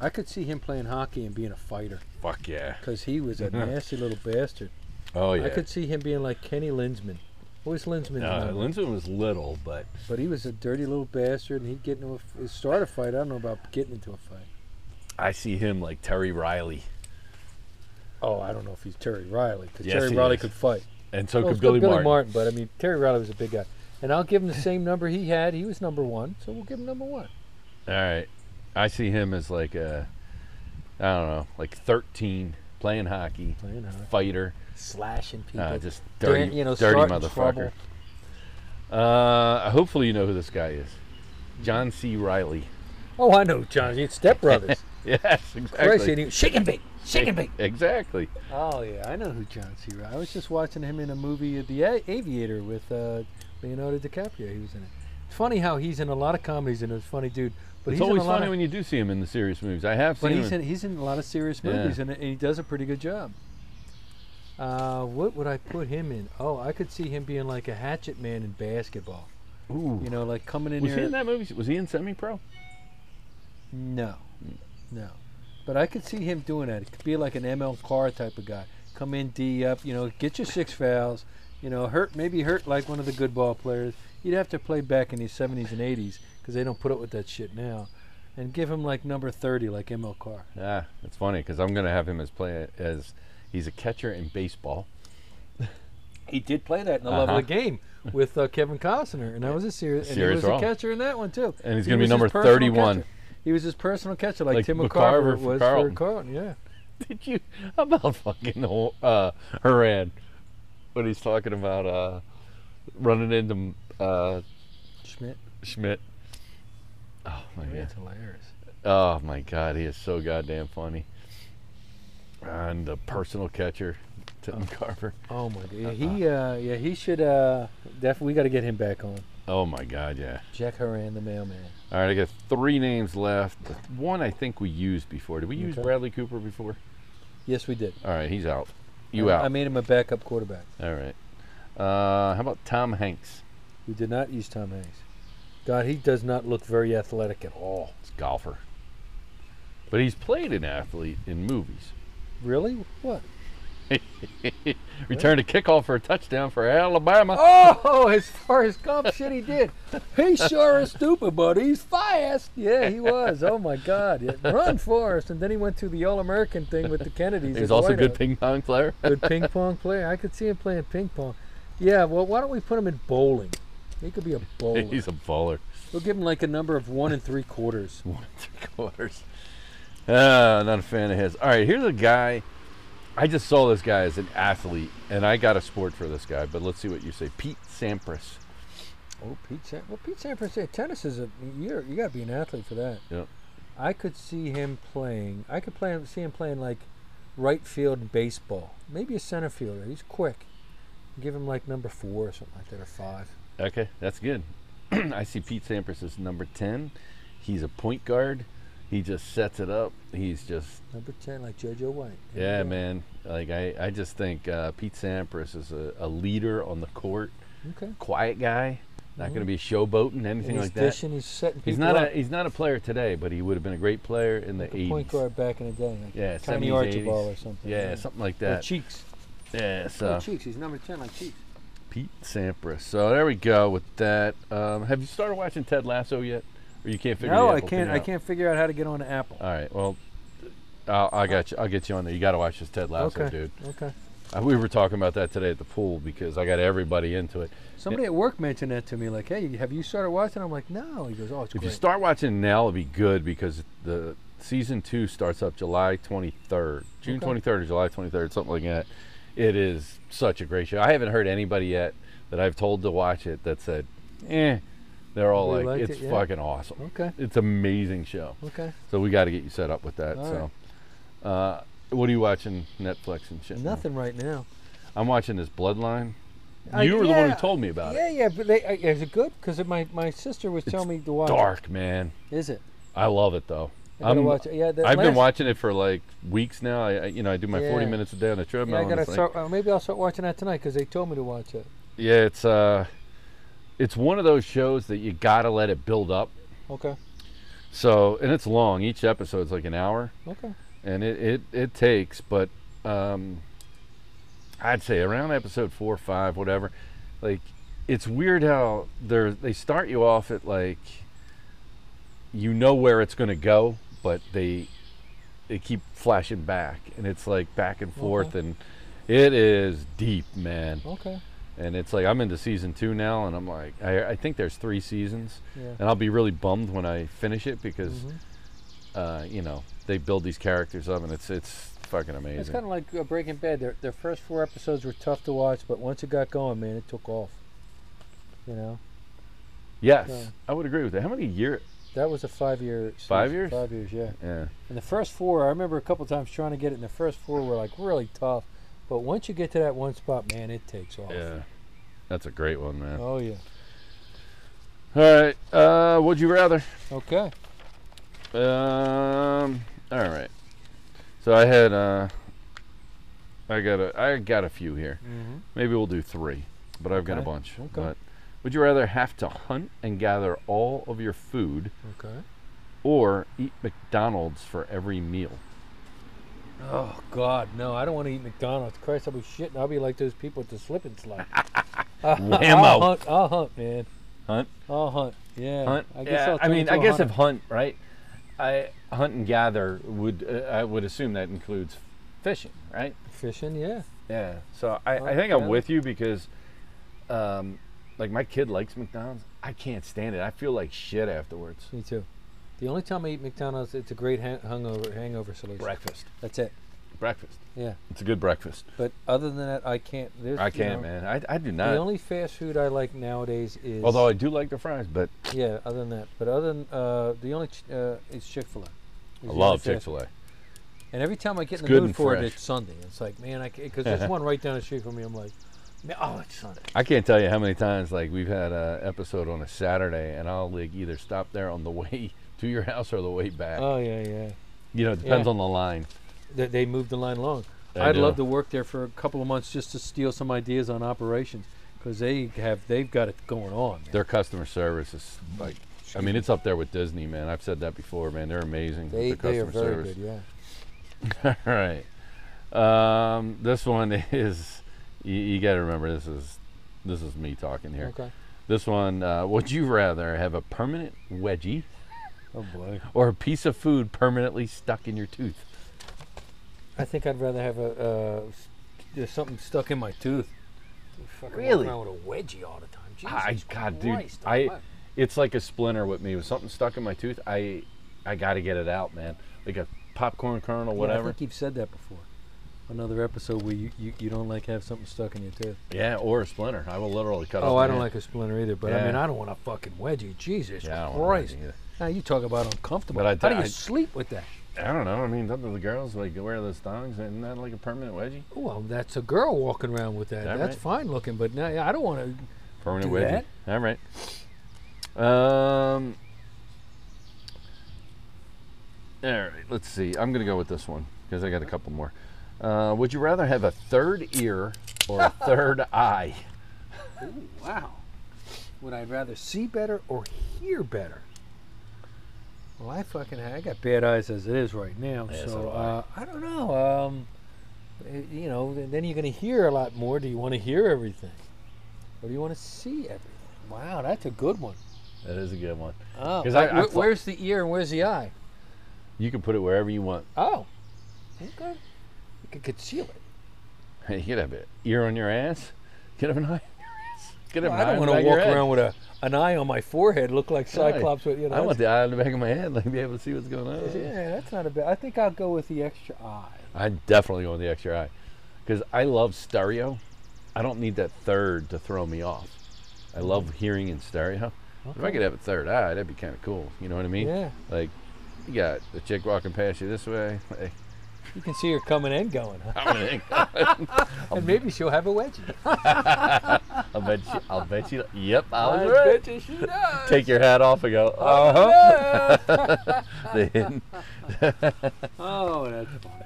Speaker 3: I could see him playing hockey and being a fighter
Speaker 2: Fuck yeah.
Speaker 3: because he was a nasty little bastard.
Speaker 2: Oh yeah.
Speaker 3: I could see him being like Kenny Linsman. What was Linsman's
Speaker 2: uh,
Speaker 3: number?
Speaker 2: Lindsay was little, but
Speaker 3: But he was a dirty little bastard, and he'd get into a f- start a fight. I don't know about getting into a fight.
Speaker 2: I see him like Terry Riley,
Speaker 3: Oh, I don't know if he's Terry Riley because
Speaker 2: Yes,
Speaker 3: Terry
Speaker 2: he
Speaker 3: Riley
Speaker 2: is.
Speaker 3: could fight.
Speaker 2: and so
Speaker 3: Well, it's
Speaker 2: could
Speaker 3: got
Speaker 2: Billy, Martin.
Speaker 3: but I mean Terry Riley was a big guy, and I'll give him the same number he had. He was number one, so we'll give him number one.
Speaker 2: All right, I see him as like a, I don't know, like 13, playing hockey,
Speaker 3: Playing hockey.
Speaker 2: fighter,
Speaker 3: Slashing people,
Speaker 2: uh, just
Speaker 3: Dar-
Speaker 2: dirty,
Speaker 3: you know,
Speaker 2: dirty
Speaker 3: starting
Speaker 2: motherfucker.
Speaker 3: trouble.
Speaker 2: Uh, hopefully you know who this guy is, John C. Riley.
Speaker 3: Oh, I know, John. It's Step Brothers.
Speaker 2: Yes,
Speaker 3: Christ,
Speaker 2: exactly.
Speaker 3: and he was shaking bait, shaking bait.
Speaker 2: Exactly.
Speaker 3: Oh yeah, I know who John C. Riley. I was just watching him in a movie, uh, The A- Aviator, with uh, Leonardo DiCaprio. He was in it. It's funny how he's in a lot of comedies and a funny dude, but
Speaker 2: It's
Speaker 3: he's in
Speaker 2: always
Speaker 3: a lot
Speaker 2: funny
Speaker 3: of,
Speaker 2: when you do see him in the serious movies. I have
Speaker 3: but
Speaker 2: seen
Speaker 3: he's
Speaker 2: him.
Speaker 3: in, he's in a lot of serious
Speaker 2: Yeah.
Speaker 3: movies and, and he does a pretty good job. Uh, what would I put him in? Oh, I could see him being like a hatchet man in basketball.
Speaker 2: Ooh.
Speaker 3: You know, like coming in
Speaker 2: was
Speaker 3: there.
Speaker 2: he in that movie? Was he in Semi Pro?
Speaker 3: No, no. But I could see him doing that. It could be like an ML Carr type of guy. Come in D up, you know, get your six fouls, you know, hurt maybe hurt like one of the good ball players. You'd have to play back in the 70s and 80s because they don't put up with that shit now. And give him like number 30, like ML Carr.
Speaker 2: Ah, it's funny because I'm gonna have him as play as he's a catcher in baseball.
Speaker 3: He did play that in the level
Speaker 2: Uh-huh.
Speaker 3: of game with uh, Kevin Costner, and that was a serious. And he
Speaker 2: Serious
Speaker 3: was
Speaker 2: role.
Speaker 3: a catcher in that one too.
Speaker 2: And he's
Speaker 3: He
Speaker 2: gonna be
Speaker 3: was his
Speaker 2: number
Speaker 3: personal
Speaker 2: 31.
Speaker 3: catcher. He was his personal catcher, like,
Speaker 2: Like
Speaker 3: Tim
Speaker 2: McCarver
Speaker 3: McCarver
Speaker 2: for
Speaker 3: was
Speaker 2: Carlton.
Speaker 3: for Carlton. Yeah.
Speaker 2: Did you? How about fucking Ho- uh, Haran? When he's talking about uh, running into uh,
Speaker 3: Schmidt.
Speaker 2: Schmidt. Oh my god!
Speaker 3: That's hilarious.
Speaker 2: Oh my god! He is so goddamn funny. And the personal catcher, Tim Carver.
Speaker 3: Oh my god. Yeah, he uh, yeah, he should uh definitely we gotta get him back on.
Speaker 2: Oh my god! Yeah.
Speaker 3: Jack Horan the mailman.
Speaker 2: All right, I got three names left. The One I think we used before. Did we use
Speaker 3: Okay.
Speaker 2: Bradley Cooper before?
Speaker 3: Yes we did.
Speaker 2: All right, he's out. You
Speaker 3: I,
Speaker 2: out.
Speaker 3: I made him a backup quarterback.
Speaker 2: All right. Uh, how about Tom Hanks?
Speaker 3: We did not use Tom Hanks. God, he does not look very athletic at all.
Speaker 2: It's golfer. But he's played an athlete in movies.
Speaker 3: Really? What?
Speaker 2: Returned a kickoff for a touchdown for Alabama.
Speaker 3: Oh, as far as comp shit he did. He sure is stupid, but he's fast. Yeah, he was. Oh my god. Yeah. Run Forrest. And then he went to the all American thing with the Kennedys.
Speaker 2: he's
Speaker 3: at
Speaker 2: also a good
Speaker 3: Whiteout.
Speaker 2: ping pong player.
Speaker 3: good ping pong player. I could see him playing ping pong. Yeah, well, why don't we put him in bowling? He could be a bowler.
Speaker 2: he's a baller.
Speaker 3: we'll give him like a number of one and three quarters.
Speaker 2: One and three quarters. Ah, not a fan of his. All right, here's a guy. I just saw this guy as an athlete, and I got a sport for this guy. But let's see what you say. Pete Sampras.
Speaker 3: Oh, Pete Sam- Well, Pete Sampras, yeah, tennis is a you're, you got to be an athlete for that.
Speaker 2: Yep.
Speaker 3: I could see him playing. I could play him, see him playing like right field in baseball. Maybe a center fielder. He's quick. Give him like number four or something like that, or five.
Speaker 2: Okay, that's good. I see Pete Sampras as number ten. He's a point guard. He just sets it up. He's just
Speaker 3: Number ten, like JoJo White.
Speaker 2: Yeah, man. Like I, I just think uh, Pete Sampras is a, a leader on the court,
Speaker 3: Okay.
Speaker 2: quiet guy, not going to be showboating anything
Speaker 3: And he's
Speaker 2: like that.
Speaker 3: dishing. He's setting people
Speaker 2: He's not
Speaker 3: up.
Speaker 2: a he's not a player today, but he would have been a great player in the
Speaker 3: a point
Speaker 2: eighties.
Speaker 3: guard back in the day. Like
Speaker 2: Yeah,
Speaker 3: Tony
Speaker 2: 70s,
Speaker 3: Archibald
Speaker 2: 80s.
Speaker 3: or something.
Speaker 2: Yeah, something like
Speaker 3: Or
Speaker 2: that.
Speaker 3: Cheeks.
Speaker 2: yeah, so
Speaker 3: Cheeks. He's number 10, like Cheeks.
Speaker 2: Pete Sampras. So there we go with that. Um, have you started watching Ted Lasso yet, or you can't figure?
Speaker 3: No,
Speaker 2: the
Speaker 3: I
Speaker 2: Apple
Speaker 3: can't.
Speaker 2: thing
Speaker 3: I
Speaker 2: out?
Speaker 3: can't figure out how to get on to Apple.
Speaker 2: All right, well, I'll, I got you. I'll get you on there. You got to watch this Ted Lasso,
Speaker 3: okay.
Speaker 2: dude.
Speaker 3: Okay.
Speaker 2: Uh, we were talking about that today at the pool because I got everybody into it.
Speaker 3: Somebody at work mentioned that to me, like, "Hey, have you started watching?" I'm like, "No." He goes, "Oh, it's
Speaker 2: If you
Speaker 3: great."
Speaker 2: start watching now, it'll be good because the season two starts up July 23rd, June
Speaker 3: Okay.
Speaker 2: 23rd or July 23rd, something like that. It is such a great show. I haven't heard anybody yet that I've told to watch it that said, "Eh." They're all
Speaker 3: They
Speaker 2: like,
Speaker 3: liked
Speaker 2: "It's
Speaker 3: it, yeah."
Speaker 2: fucking awesome.
Speaker 3: okay,
Speaker 2: It's amazing show."
Speaker 3: okay.
Speaker 2: So we got to get you set up with that.
Speaker 3: All
Speaker 2: so, uh, what are you watching Netflix and shit? now?
Speaker 3: Nothing right now.
Speaker 2: I'm watching this Bloodline.
Speaker 3: Uh,
Speaker 2: you were the one
Speaker 3: yeah,
Speaker 2: who told me about it.
Speaker 3: Yeah, yeah, but they, uh, is it good? Because my, my sister was telling me to watch. it.
Speaker 2: Dark man,
Speaker 3: Is it?
Speaker 2: I love it though.
Speaker 3: I gotta
Speaker 2: I'm-
Speaker 3: watch it. Yeah, the
Speaker 2: I've been
Speaker 3: last-
Speaker 2: watching it for like weeks now. I, I you know I do my 40
Speaker 3: Yeah.
Speaker 2: minutes a day on the treadmill.
Speaker 3: Yeah, I
Speaker 2: and
Speaker 3: gotta
Speaker 2: it's like-
Speaker 3: start. Uh, maybe I'll start watching that tonight because they told me to watch it.
Speaker 2: yeah, it's uh, it's one of those shows that you gotta let it build up.
Speaker 3: Okay,
Speaker 2: So and it's long. Each episode's like an hour,
Speaker 3: okay.
Speaker 2: and it it, it takes. But um, I'd say around episode four or five, whatever. Like it's weird how they they start you off at like you know where it's gonna go, but they they keep flashing back, and it's like back and forth, and it is deep, man.
Speaker 3: Okay.
Speaker 2: And it's like I'm into season two now, and I'm like I, I think there's three seasons,
Speaker 3: Yeah. Mm-hmm.
Speaker 2: and I'll be really bummed when I finish it because uh, you know they build these characters up, and it's it's fucking amazing.
Speaker 3: It's kind of like uh, Breaking Bad. Their, their first four episodes were tough to watch, but once it got going, man, it took off. You know,
Speaker 2: yes,
Speaker 3: yeah.
Speaker 2: I would agree with that. How many years?
Speaker 3: that was a five year.
Speaker 2: Five years?
Speaker 3: Five years, yeah.
Speaker 2: Yeah.
Speaker 3: And the first four, I remember a couple times trying to get it, and the first four were like really tough. But once you get to that one spot, man, it takes off.
Speaker 2: Yeah. That's a great one, man.
Speaker 3: Oh yeah.
Speaker 2: All right. Uh, would you rather?
Speaker 3: Okay.
Speaker 2: Um. All right. So I had. Uh, I got a. I got a few here.
Speaker 3: Mhm.
Speaker 2: Maybe we'll do three, but I've got a
Speaker 3: Okay,
Speaker 2: bunch.
Speaker 3: okay.
Speaker 2: But would you rather have to hunt and gather all of your food,
Speaker 3: Okay.
Speaker 2: or eat McDonald's for every meal?
Speaker 3: Oh God, no! I don't want to eat McDonald's. Christ, I'll be shitting. I'll be like those people at the slip and slide. I'll
Speaker 2: Whammo.
Speaker 3: hunt. I'll hunt, man.
Speaker 2: Hunt?
Speaker 3: I'll hunt. Yeah.
Speaker 2: Hunt.
Speaker 3: I guess
Speaker 2: yeah,
Speaker 3: I'll
Speaker 2: I
Speaker 3: turn
Speaker 2: mean,
Speaker 3: into
Speaker 2: I
Speaker 3: a
Speaker 2: guess if
Speaker 3: hunter.
Speaker 2: hunt, right? I hunt and gather would. Uh, I would assume that includes fishing, right?
Speaker 3: fishing, yeah.
Speaker 2: Yeah. So I, I
Speaker 3: Well,
Speaker 2: think I'm
Speaker 3: yeah.
Speaker 2: with you because, um, like my kid likes McDonald's. I can't stand it. I feel like shit afterwards.
Speaker 3: Me too. The only time I eat McDonald's, it's a great hang- hungover hangover solution.
Speaker 2: Breakfast.
Speaker 3: That's it.
Speaker 2: Breakfast.
Speaker 3: Yeah.
Speaker 2: It's a good breakfast.
Speaker 3: But other than that, I can't. There's,
Speaker 2: I
Speaker 3: you
Speaker 2: can't,
Speaker 3: know,
Speaker 2: man. I, I do
Speaker 3: The
Speaker 2: not.
Speaker 3: only fast food I like nowadays is
Speaker 2: Although I do like the fries, but
Speaker 3: yeah, other than that. But other than uh, the only ch- uh, is Chick Fil A.
Speaker 2: I love Chick Fil A.
Speaker 3: And every time I get in
Speaker 2: It's
Speaker 3: the
Speaker 2: good
Speaker 3: mood
Speaker 2: and
Speaker 3: for it,
Speaker 2: fresh.
Speaker 3: it's Sunday. It's like, man, I because there's one right down the street from me. I'm like, man, oh, it's Sunday.
Speaker 2: I can't tell you how many times like we've had an episode on a Saturday, and I'll like either stop there on the way to your house or the way back.
Speaker 3: Oh yeah, yeah.
Speaker 2: you know, it depends
Speaker 3: yeah.
Speaker 2: on the line.
Speaker 3: They, they moved the line along.
Speaker 2: They
Speaker 3: I'd love
Speaker 2: do.
Speaker 3: to work there for a couple of months just to steal some ideas on operations because they have they've got it going on. man.
Speaker 2: Their customer service is like, I mean, it's up there with Disney, man. I've said that before, man. They're amazing.
Speaker 3: They,
Speaker 2: with their
Speaker 3: they are
Speaker 2: customer
Speaker 3: very
Speaker 2: service.
Speaker 3: good. Yeah.
Speaker 2: All right. Um, this one is you, you got to remember this is this is me talking here.
Speaker 3: Okay.
Speaker 2: This one, uh, would you rather have a permanent wedgie
Speaker 3: Oh boy.
Speaker 2: or a piece of food permanently stuck in your tooth?
Speaker 3: I think I'd rather have a uh, s- there's something stuck in my tooth. Fucking walking
Speaker 2: Really?
Speaker 3: around with a wedgie all the time. Jesus
Speaker 2: I God, dude,
Speaker 3: Christ
Speaker 2: I
Speaker 3: almighty.
Speaker 2: it's like a splinter with me. With something stuck in my tooth, I I got to get it out, man. Like a popcorn kernel,
Speaker 3: Yeah, I
Speaker 2: whatever.
Speaker 3: think you've said that before. Another episode where you, you, you don't like have something stuck in your tooth.
Speaker 2: Yeah, or a splinter. I will literally cut off.
Speaker 3: Oh,
Speaker 2: my
Speaker 3: I don't
Speaker 2: hand.
Speaker 3: like a splinter either, but I
Speaker 2: Yeah.
Speaker 3: mean, I don't want a fucking wedgie. Jesus
Speaker 2: Yeah, I don't want
Speaker 3: Christ.
Speaker 2: anything either.
Speaker 3: Now you talk about uncomfortable.
Speaker 2: But I d-
Speaker 3: How do you
Speaker 2: I-
Speaker 3: sleep with that?
Speaker 2: I don't know. I mean, some of the girls like wear those thongs. Isn't that like a permanent wedgie?
Speaker 3: Well, that's a girl walking around with that.
Speaker 2: That
Speaker 3: that's
Speaker 2: right?
Speaker 3: fine looking, but now yeah, I don't want to.
Speaker 2: Permanent
Speaker 3: Do
Speaker 2: wedgie. All right. Um. All right. Let's see. I'm gonna go with this one because I got a couple more. Uh, would you rather have a third ear or a third eye?
Speaker 3: Wow. Would I rather see better or hear better? Well, I fucking I got bad eyes as it is right now,
Speaker 2: Yeah,
Speaker 3: so,
Speaker 2: so do I.
Speaker 3: uh, I don't know. Um, eh, you know, th- then you're gonna hear a lot more. Do you want to hear everything, or do you want to see everything? Wow, that's a good one.
Speaker 2: That is a good one.
Speaker 3: Oh,
Speaker 2: 'Cause
Speaker 3: I-
Speaker 2: I- I
Speaker 3: wh-
Speaker 2: fl-
Speaker 3: where's the ear and where's the eye?
Speaker 2: You can put it wherever you want.
Speaker 3: Oh, okay. You can conceal it.
Speaker 2: you could have an ear on your ass. You could have an eye. on your ass. You could have
Speaker 3: I
Speaker 2: an
Speaker 3: don't
Speaker 2: eye on
Speaker 3: want
Speaker 2: the
Speaker 3: to
Speaker 2: back of your
Speaker 3: walk
Speaker 2: head.
Speaker 3: around with a, an eye on my forehead, look like
Speaker 2: Right.
Speaker 3: Cyclops. With, you know,
Speaker 2: I want
Speaker 3: that's-
Speaker 2: the eye on the back of my head, like be able to see what's going on.
Speaker 3: Yeah, that's not a bad. I think I'll go with the extra eye.
Speaker 2: I definitely go with the extra eye because I love stereo. I don't need that third to throw me off. I love hearing in stereo. If I could have a third eye, that'd be kind of cool. You know what I mean?
Speaker 3: Yeah,
Speaker 2: Like, you got the chick walking past you this way. Like,
Speaker 3: you can see her coming and going, huh?
Speaker 2: I'm gonna, Um,
Speaker 3: and maybe she'll have a wedgie.
Speaker 2: I'll bet you. I'll bet you. Yep, I
Speaker 3: I
Speaker 2: was right.
Speaker 3: bet you she does.
Speaker 2: Take your hat off and go. Uh huh.
Speaker 1: Oh, that's funny.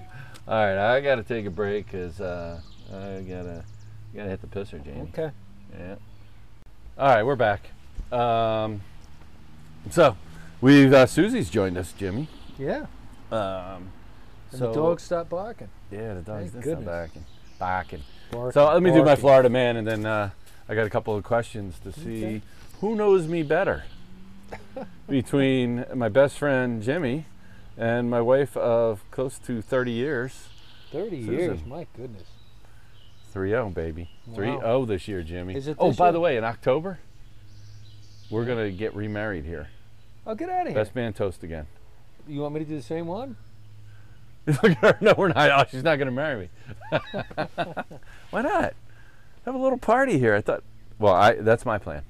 Speaker 2: All right, I gotta take a break because uh, I gotta gotta hit the pisser, Jamie.
Speaker 3: Okay.
Speaker 2: Yeah. All right, we're back. Um, so, we've uh, Susie's joined us, Jimmy.
Speaker 5: Yeah.
Speaker 2: Um,
Speaker 5: And
Speaker 2: so
Speaker 5: the dog stopped barking.
Speaker 2: yeah, the dog's
Speaker 5: Thank
Speaker 2: that's not
Speaker 5: goodness.
Speaker 2: barking, barking.
Speaker 5: Barking,
Speaker 2: So let me do my
Speaker 5: barking.
Speaker 2: Florida man, and then uh, I got a couple of questions to see
Speaker 5: Okay.
Speaker 2: who knows me better between my best friend Jimmy and my wife of close to 30 years.
Speaker 3: Thirty
Speaker 2: Susan.
Speaker 3: years, my goodness.
Speaker 2: 3-0, oh, baby.
Speaker 3: Wow.
Speaker 2: 3-0 this year, Jimmy.
Speaker 3: Is it
Speaker 2: oh,
Speaker 3: this
Speaker 2: by
Speaker 3: year?
Speaker 2: the way, in October, we're gonna get remarried here.
Speaker 3: Oh, get out of here.
Speaker 2: Best man toast again.
Speaker 3: You want me to do the same one?
Speaker 2: Look at her. No, we're not. Oh, she's not going to marry me. Why not? Have a little party here. I thought. Well, I that's my plan.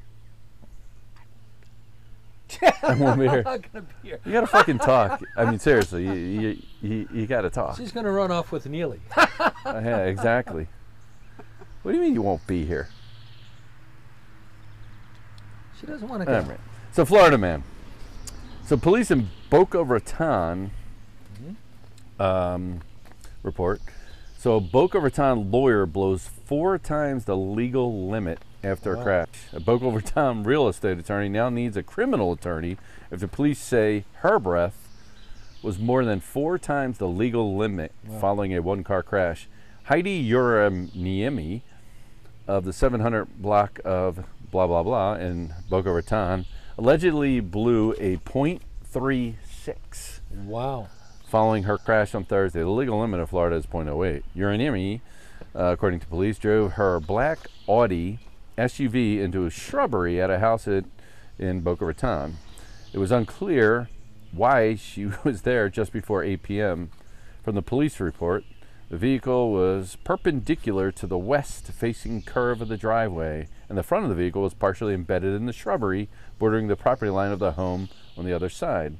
Speaker 2: I won't be here.
Speaker 3: I'm not gonna be here.
Speaker 2: You got to fucking talk. I mean, seriously, you you, you, you got to talk.
Speaker 3: She's gonna run off with Neely.
Speaker 2: Uh, yeah, exactly. What do you mean you won't be here?
Speaker 3: She doesn't want to
Speaker 2: All
Speaker 3: go.
Speaker 2: right. So, Florida man. So, police in Boca Raton um, report. So, a Boca Raton lawyer blows four times the legal limit after a crash. A Boca Raton real estate attorney now needs a criminal attorney if the police say her breath was more than four times the legal limit following a one car crash. Heidi Uraniemi of the 700 block of blah blah blah in Boca Raton allegedly blew a .36
Speaker 3: Wow.
Speaker 2: following her crash on Thursday. The legal limit of Florida is .08. Uranimi, uh, according to police, drove her black Audi SUV into a shrubbery at a house in, in Boca Raton. It was unclear why she was there just before 8 p.m. From the police report, the vehicle was perpendicular to the west-facing curve of the driveway, and the front of the vehicle was partially embedded in the shrubbery bordering the property line of the home on the other side.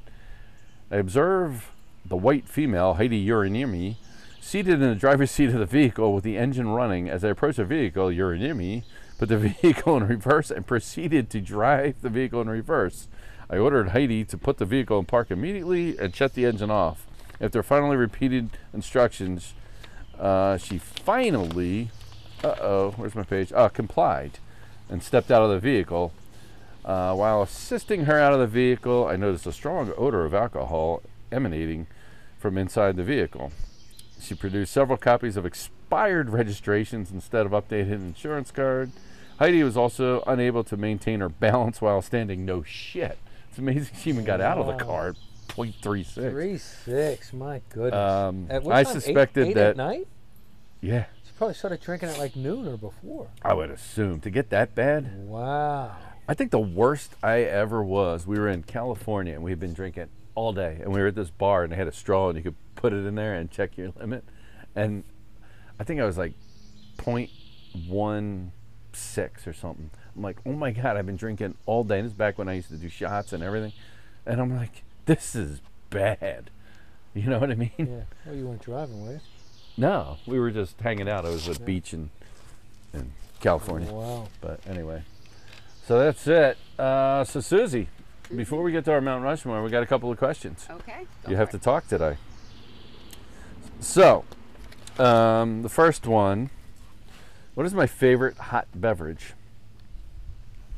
Speaker 2: I observe the white female, Heidi Uranimi, seated in the driver's seat of the vehicle with the engine running. As I approached the vehicle, Uranimi put the vehicle in reverse and proceeded to drive the vehicle in reverse. I ordered Heidi to put the vehicle in park immediately and shut the engine off. After finally repeated instructions, uh, she finally, uh oh, where's my page? Uh, complied and stepped out of the vehicle. Uh, while assisting her out of the vehicle, I noticed a strong odor of alcohol emanating from inside the vehicle. She produced several copies of expired registrations instead of updated insurance card. Heidi was also unable to maintain her balance while standing. No shit. It's amazing she even got out of the
Speaker 3: Wow.
Speaker 2: car. at 0.36.
Speaker 3: Three six. My goodness.
Speaker 2: Um,
Speaker 3: At what
Speaker 2: I
Speaker 3: time? Eight-
Speaker 2: suspected
Speaker 3: eight
Speaker 2: that-
Speaker 3: at night.
Speaker 2: Yeah,
Speaker 3: She probably started drinking at like noon or before.
Speaker 2: I would assume to get that bad.
Speaker 3: Wow.
Speaker 2: I think the worst I ever was. We were in California and we had been drinking all day, and we were at this bar and they had a straw and you could put it in there and check your limit, and I think I was like 0.16 or something. I'm like, oh my god, I've been drinking all day. This is back when I used to do shots and everything, and I'm like, this is bad. You know what I mean?
Speaker 3: Yeah. Well, you weren't driving, were you?
Speaker 2: No, we were just hanging out. It was a beach in in California.
Speaker 3: Wow.
Speaker 2: But anyway, so that's it. Uh, so Susie, before we get to our Mount Rushmore, we got a couple of questions.
Speaker 3: Oh,
Speaker 6: Okay. go
Speaker 2: you
Speaker 6: for
Speaker 2: have
Speaker 6: it.
Speaker 2: to talk today. So, um, the first one. What is my favorite hot beverage?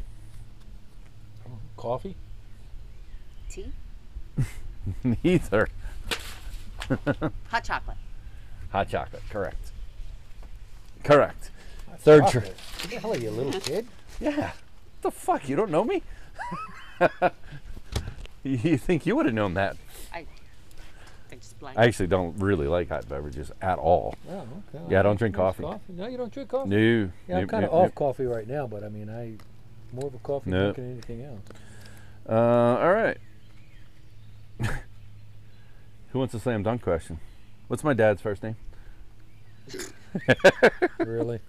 Speaker 3: Coffee.
Speaker 6: Tea?
Speaker 2: Neither.
Speaker 6: Hot chocolate.
Speaker 2: Hot chocolate. Correct. Correct. Third. Tr-
Speaker 3: Chocolate. What the hell are you, a little kid?
Speaker 2: Yeah. What the fuck? You don't know me? you think you would have known that?
Speaker 6: I, I just like.
Speaker 2: I actually don't really like hot beverages at all.
Speaker 3: Oh, okay.
Speaker 2: Yeah, I don't drink
Speaker 3: Nice
Speaker 2: coffee.
Speaker 3: No, you don't drink coffee.
Speaker 2: No.
Speaker 3: Yeah, I'm
Speaker 2: nope,
Speaker 3: kind of
Speaker 2: nope,
Speaker 3: off
Speaker 2: nope.
Speaker 3: coffee right now, but I mean, I more of a coffee
Speaker 2: Nope.
Speaker 3: drink than anything else.
Speaker 2: Uh, all right. Who wants a slam dunk question? What's my dad's first name?
Speaker 3: Really?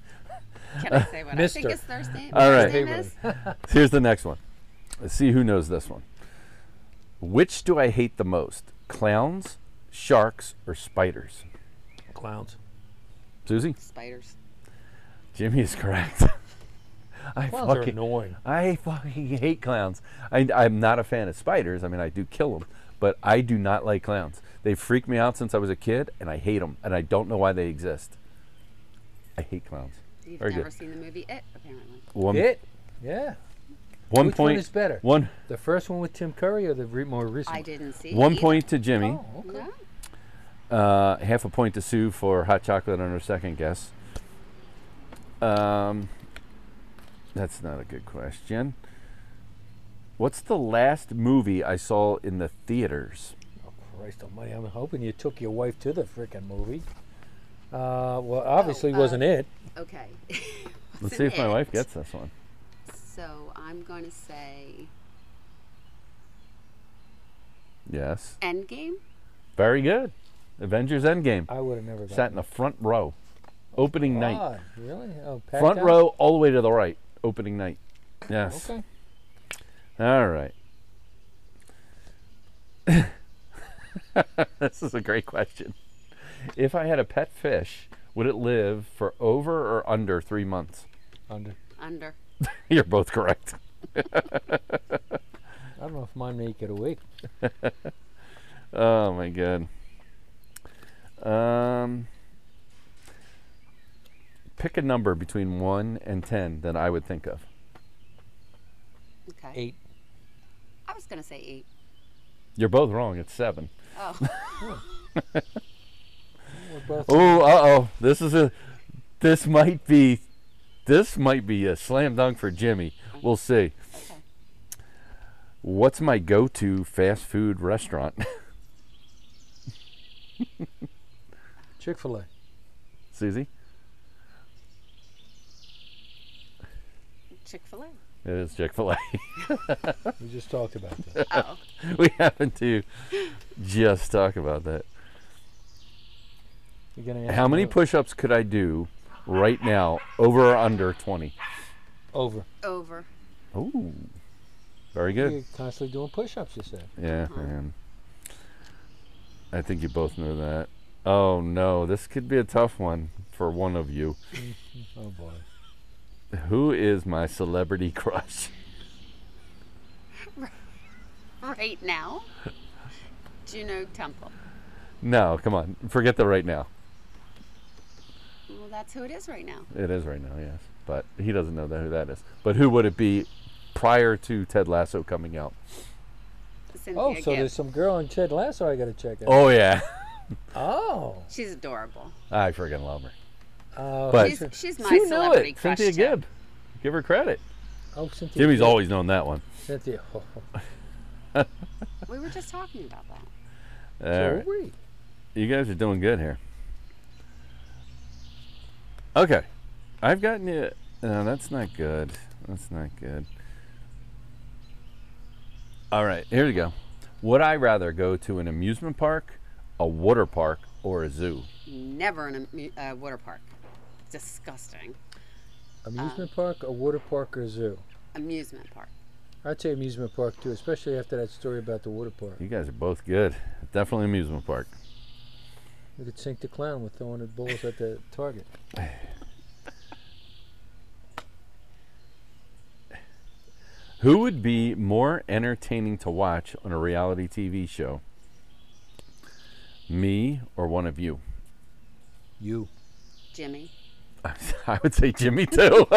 Speaker 6: Can I say what I think
Speaker 3: Mister.
Speaker 6: his first name,
Speaker 2: All
Speaker 6: his
Speaker 2: right.
Speaker 6: name is?
Speaker 2: Here's the next one. Let's see who knows this one. Which do I hate the most? Clowns, sharks, or spiders?
Speaker 3: Clowns.
Speaker 2: Susie?
Speaker 6: Spiders.
Speaker 2: Jimmy is correct. I
Speaker 3: Clowns are
Speaker 2: fucking
Speaker 3: annoying.
Speaker 2: I fucking hate clowns. I, I'm not a fan of spiders. I mean, I do kill them, but I do not like clowns. They freak me out since I was a kid, and I hate them, and I don't know why they exist. I hate clowns.
Speaker 6: You've
Speaker 2: Very
Speaker 6: never
Speaker 2: good.
Speaker 6: seen the movie It, apparently.
Speaker 2: One,
Speaker 3: it? Yeah.
Speaker 2: Um, one
Speaker 3: Which
Speaker 2: point-
Speaker 3: one is better?
Speaker 2: one-
Speaker 3: The first one with Tim Curry or the re- more recent?
Speaker 6: I didn't see it
Speaker 2: one
Speaker 6: E- either.
Speaker 2: point to Jimmy,
Speaker 3: Oh, okay.
Speaker 6: No?
Speaker 2: uh, half a point to Sue for hot chocolate on her second guess. Um, that's not a good question. What's the last movie I saw in the theaters?
Speaker 3: Oh, Christ almighty. I'm hoping you took your wife to the freaking movie. Uh, well, obviously
Speaker 6: uh,
Speaker 3: wasn't it.
Speaker 6: Okay.
Speaker 2: Let's
Speaker 6: Wasn't
Speaker 2: see if my
Speaker 6: it.
Speaker 2: wife gets this one.
Speaker 6: So I'm going to say
Speaker 2: Yes.
Speaker 6: Endgame.
Speaker 2: Very good. Avengers Endgame.
Speaker 3: I would have never
Speaker 2: Sat in the front row. Opening night.
Speaker 3: God, really? Oh, packed
Speaker 2: Front
Speaker 3: out?
Speaker 2: row all the way to the right. Opening night. Yes.
Speaker 3: Okay.
Speaker 2: All right. this is a great question. If I had a pet fish, would it live for over or under three months?
Speaker 3: Under.
Speaker 6: Under.
Speaker 2: You're both correct.
Speaker 3: I don't know if mine make it a week.
Speaker 2: Oh my god. Um, pick a number between one and ten that I would think of.
Speaker 6: Okay.
Speaker 3: Eight.
Speaker 6: I was going to say eight.
Speaker 2: You're both wrong. It's seven.
Speaker 6: Oh,
Speaker 3: We're both
Speaker 2: Oh, uh oh. This is a. This might be. This might be a slam dunk for Jimmy. We'll see.
Speaker 6: Okay.
Speaker 2: What's my go-to fast food restaurant?
Speaker 3: Chick fil A.
Speaker 2: Susie,
Speaker 6: Chick fil A.
Speaker 2: it is Chick-fil-A.
Speaker 3: We just talked about that.
Speaker 6: Oh.
Speaker 2: we happened to just talk about that.
Speaker 3: You're gonna ask
Speaker 2: How many
Speaker 3: another-
Speaker 2: push-ups could I do right now, over or under 20?
Speaker 3: Over.
Speaker 6: Over.
Speaker 2: Ooh. Very good.
Speaker 3: You're constantly doing push ups, you said.
Speaker 2: Yeah, man. I think you both know that. Oh no, this could be a tough one for one of you.
Speaker 3: Oh, boy.
Speaker 2: Who is my celebrity crush?
Speaker 6: Right now, Juno Temple.
Speaker 2: No, come on. Forget the right now.
Speaker 6: Well, that's who it is right now.
Speaker 2: It is right now, yes. But he doesn't know that who that is. But who would it be prior to Ted Lasso coming out?
Speaker 6: Cynthia
Speaker 3: Oh, so
Speaker 6: Gibb.
Speaker 3: there's some girl in Ted Lasso I got to check out.
Speaker 2: Oh yeah.
Speaker 3: Oh.
Speaker 6: She's adorable.
Speaker 2: I freaking love her.
Speaker 3: Uh,
Speaker 2: But-
Speaker 6: She's, she's my
Speaker 2: She knew
Speaker 6: celebrity
Speaker 2: it.
Speaker 6: crush.
Speaker 2: Cynthia
Speaker 6: too.
Speaker 2: Gibb. Give her credit.
Speaker 3: oh, Cynthia.
Speaker 2: Jimmy's
Speaker 3: Gibb.
Speaker 2: always known that one.
Speaker 3: Cynthia. Oh,
Speaker 6: We were just talking about that.
Speaker 2: All
Speaker 3: so
Speaker 2: right.
Speaker 3: we-
Speaker 2: You guys are doing good here. Okay. I've gotten you. No, that's not good. That's not good. All right, here we go. Would I rather go to an amusement park, a water park, or a zoo?
Speaker 6: Never in a mu- uh, water park. Disgusting.
Speaker 3: Amusement park, a water park, or a zoo?
Speaker 6: Amusement park.
Speaker 3: I'd say amusement park too, especially after that story about the water park.
Speaker 2: You guys are both good. Definitely amusement park.
Speaker 3: You could sink the clown with throwing the balls at the target.
Speaker 2: Who would be more entertaining to watch on a reality TV show? Me or one of you?
Speaker 3: You.
Speaker 6: Jimmy.
Speaker 2: I would say Jimmy too.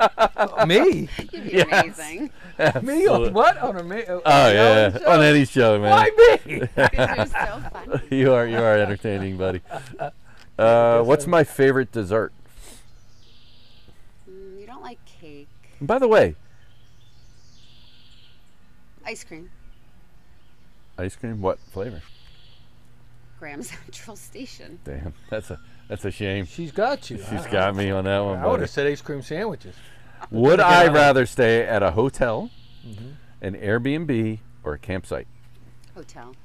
Speaker 3: me?
Speaker 6: You'd be
Speaker 2: Yes.
Speaker 6: amazing.
Speaker 3: me?
Speaker 2: Absolute-
Speaker 3: On what? On a me? Oh,
Speaker 2: Oh yeah, on any show, man.
Speaker 3: Why me?
Speaker 6: 'Cause you're so funny.
Speaker 2: you are you are entertaining, buddy. Uh, what's my favorite dessert?
Speaker 6: Mm, you don't like cake.
Speaker 2: And by the way,
Speaker 6: Ice cream.
Speaker 2: ice cream. What flavor?
Speaker 6: Graham Central Station.
Speaker 2: Damn, that's a that's a shame.
Speaker 3: She's got you.
Speaker 2: She's got me on that one.
Speaker 3: I would
Speaker 2: buddy.
Speaker 3: have said ice cream sandwiches.
Speaker 2: Would
Speaker 3: Again,
Speaker 2: I
Speaker 3: I'm-
Speaker 2: rather stay at a hotel,
Speaker 3: Mm-hmm.
Speaker 2: an Airbnb, or a campsite?
Speaker 6: Hotel.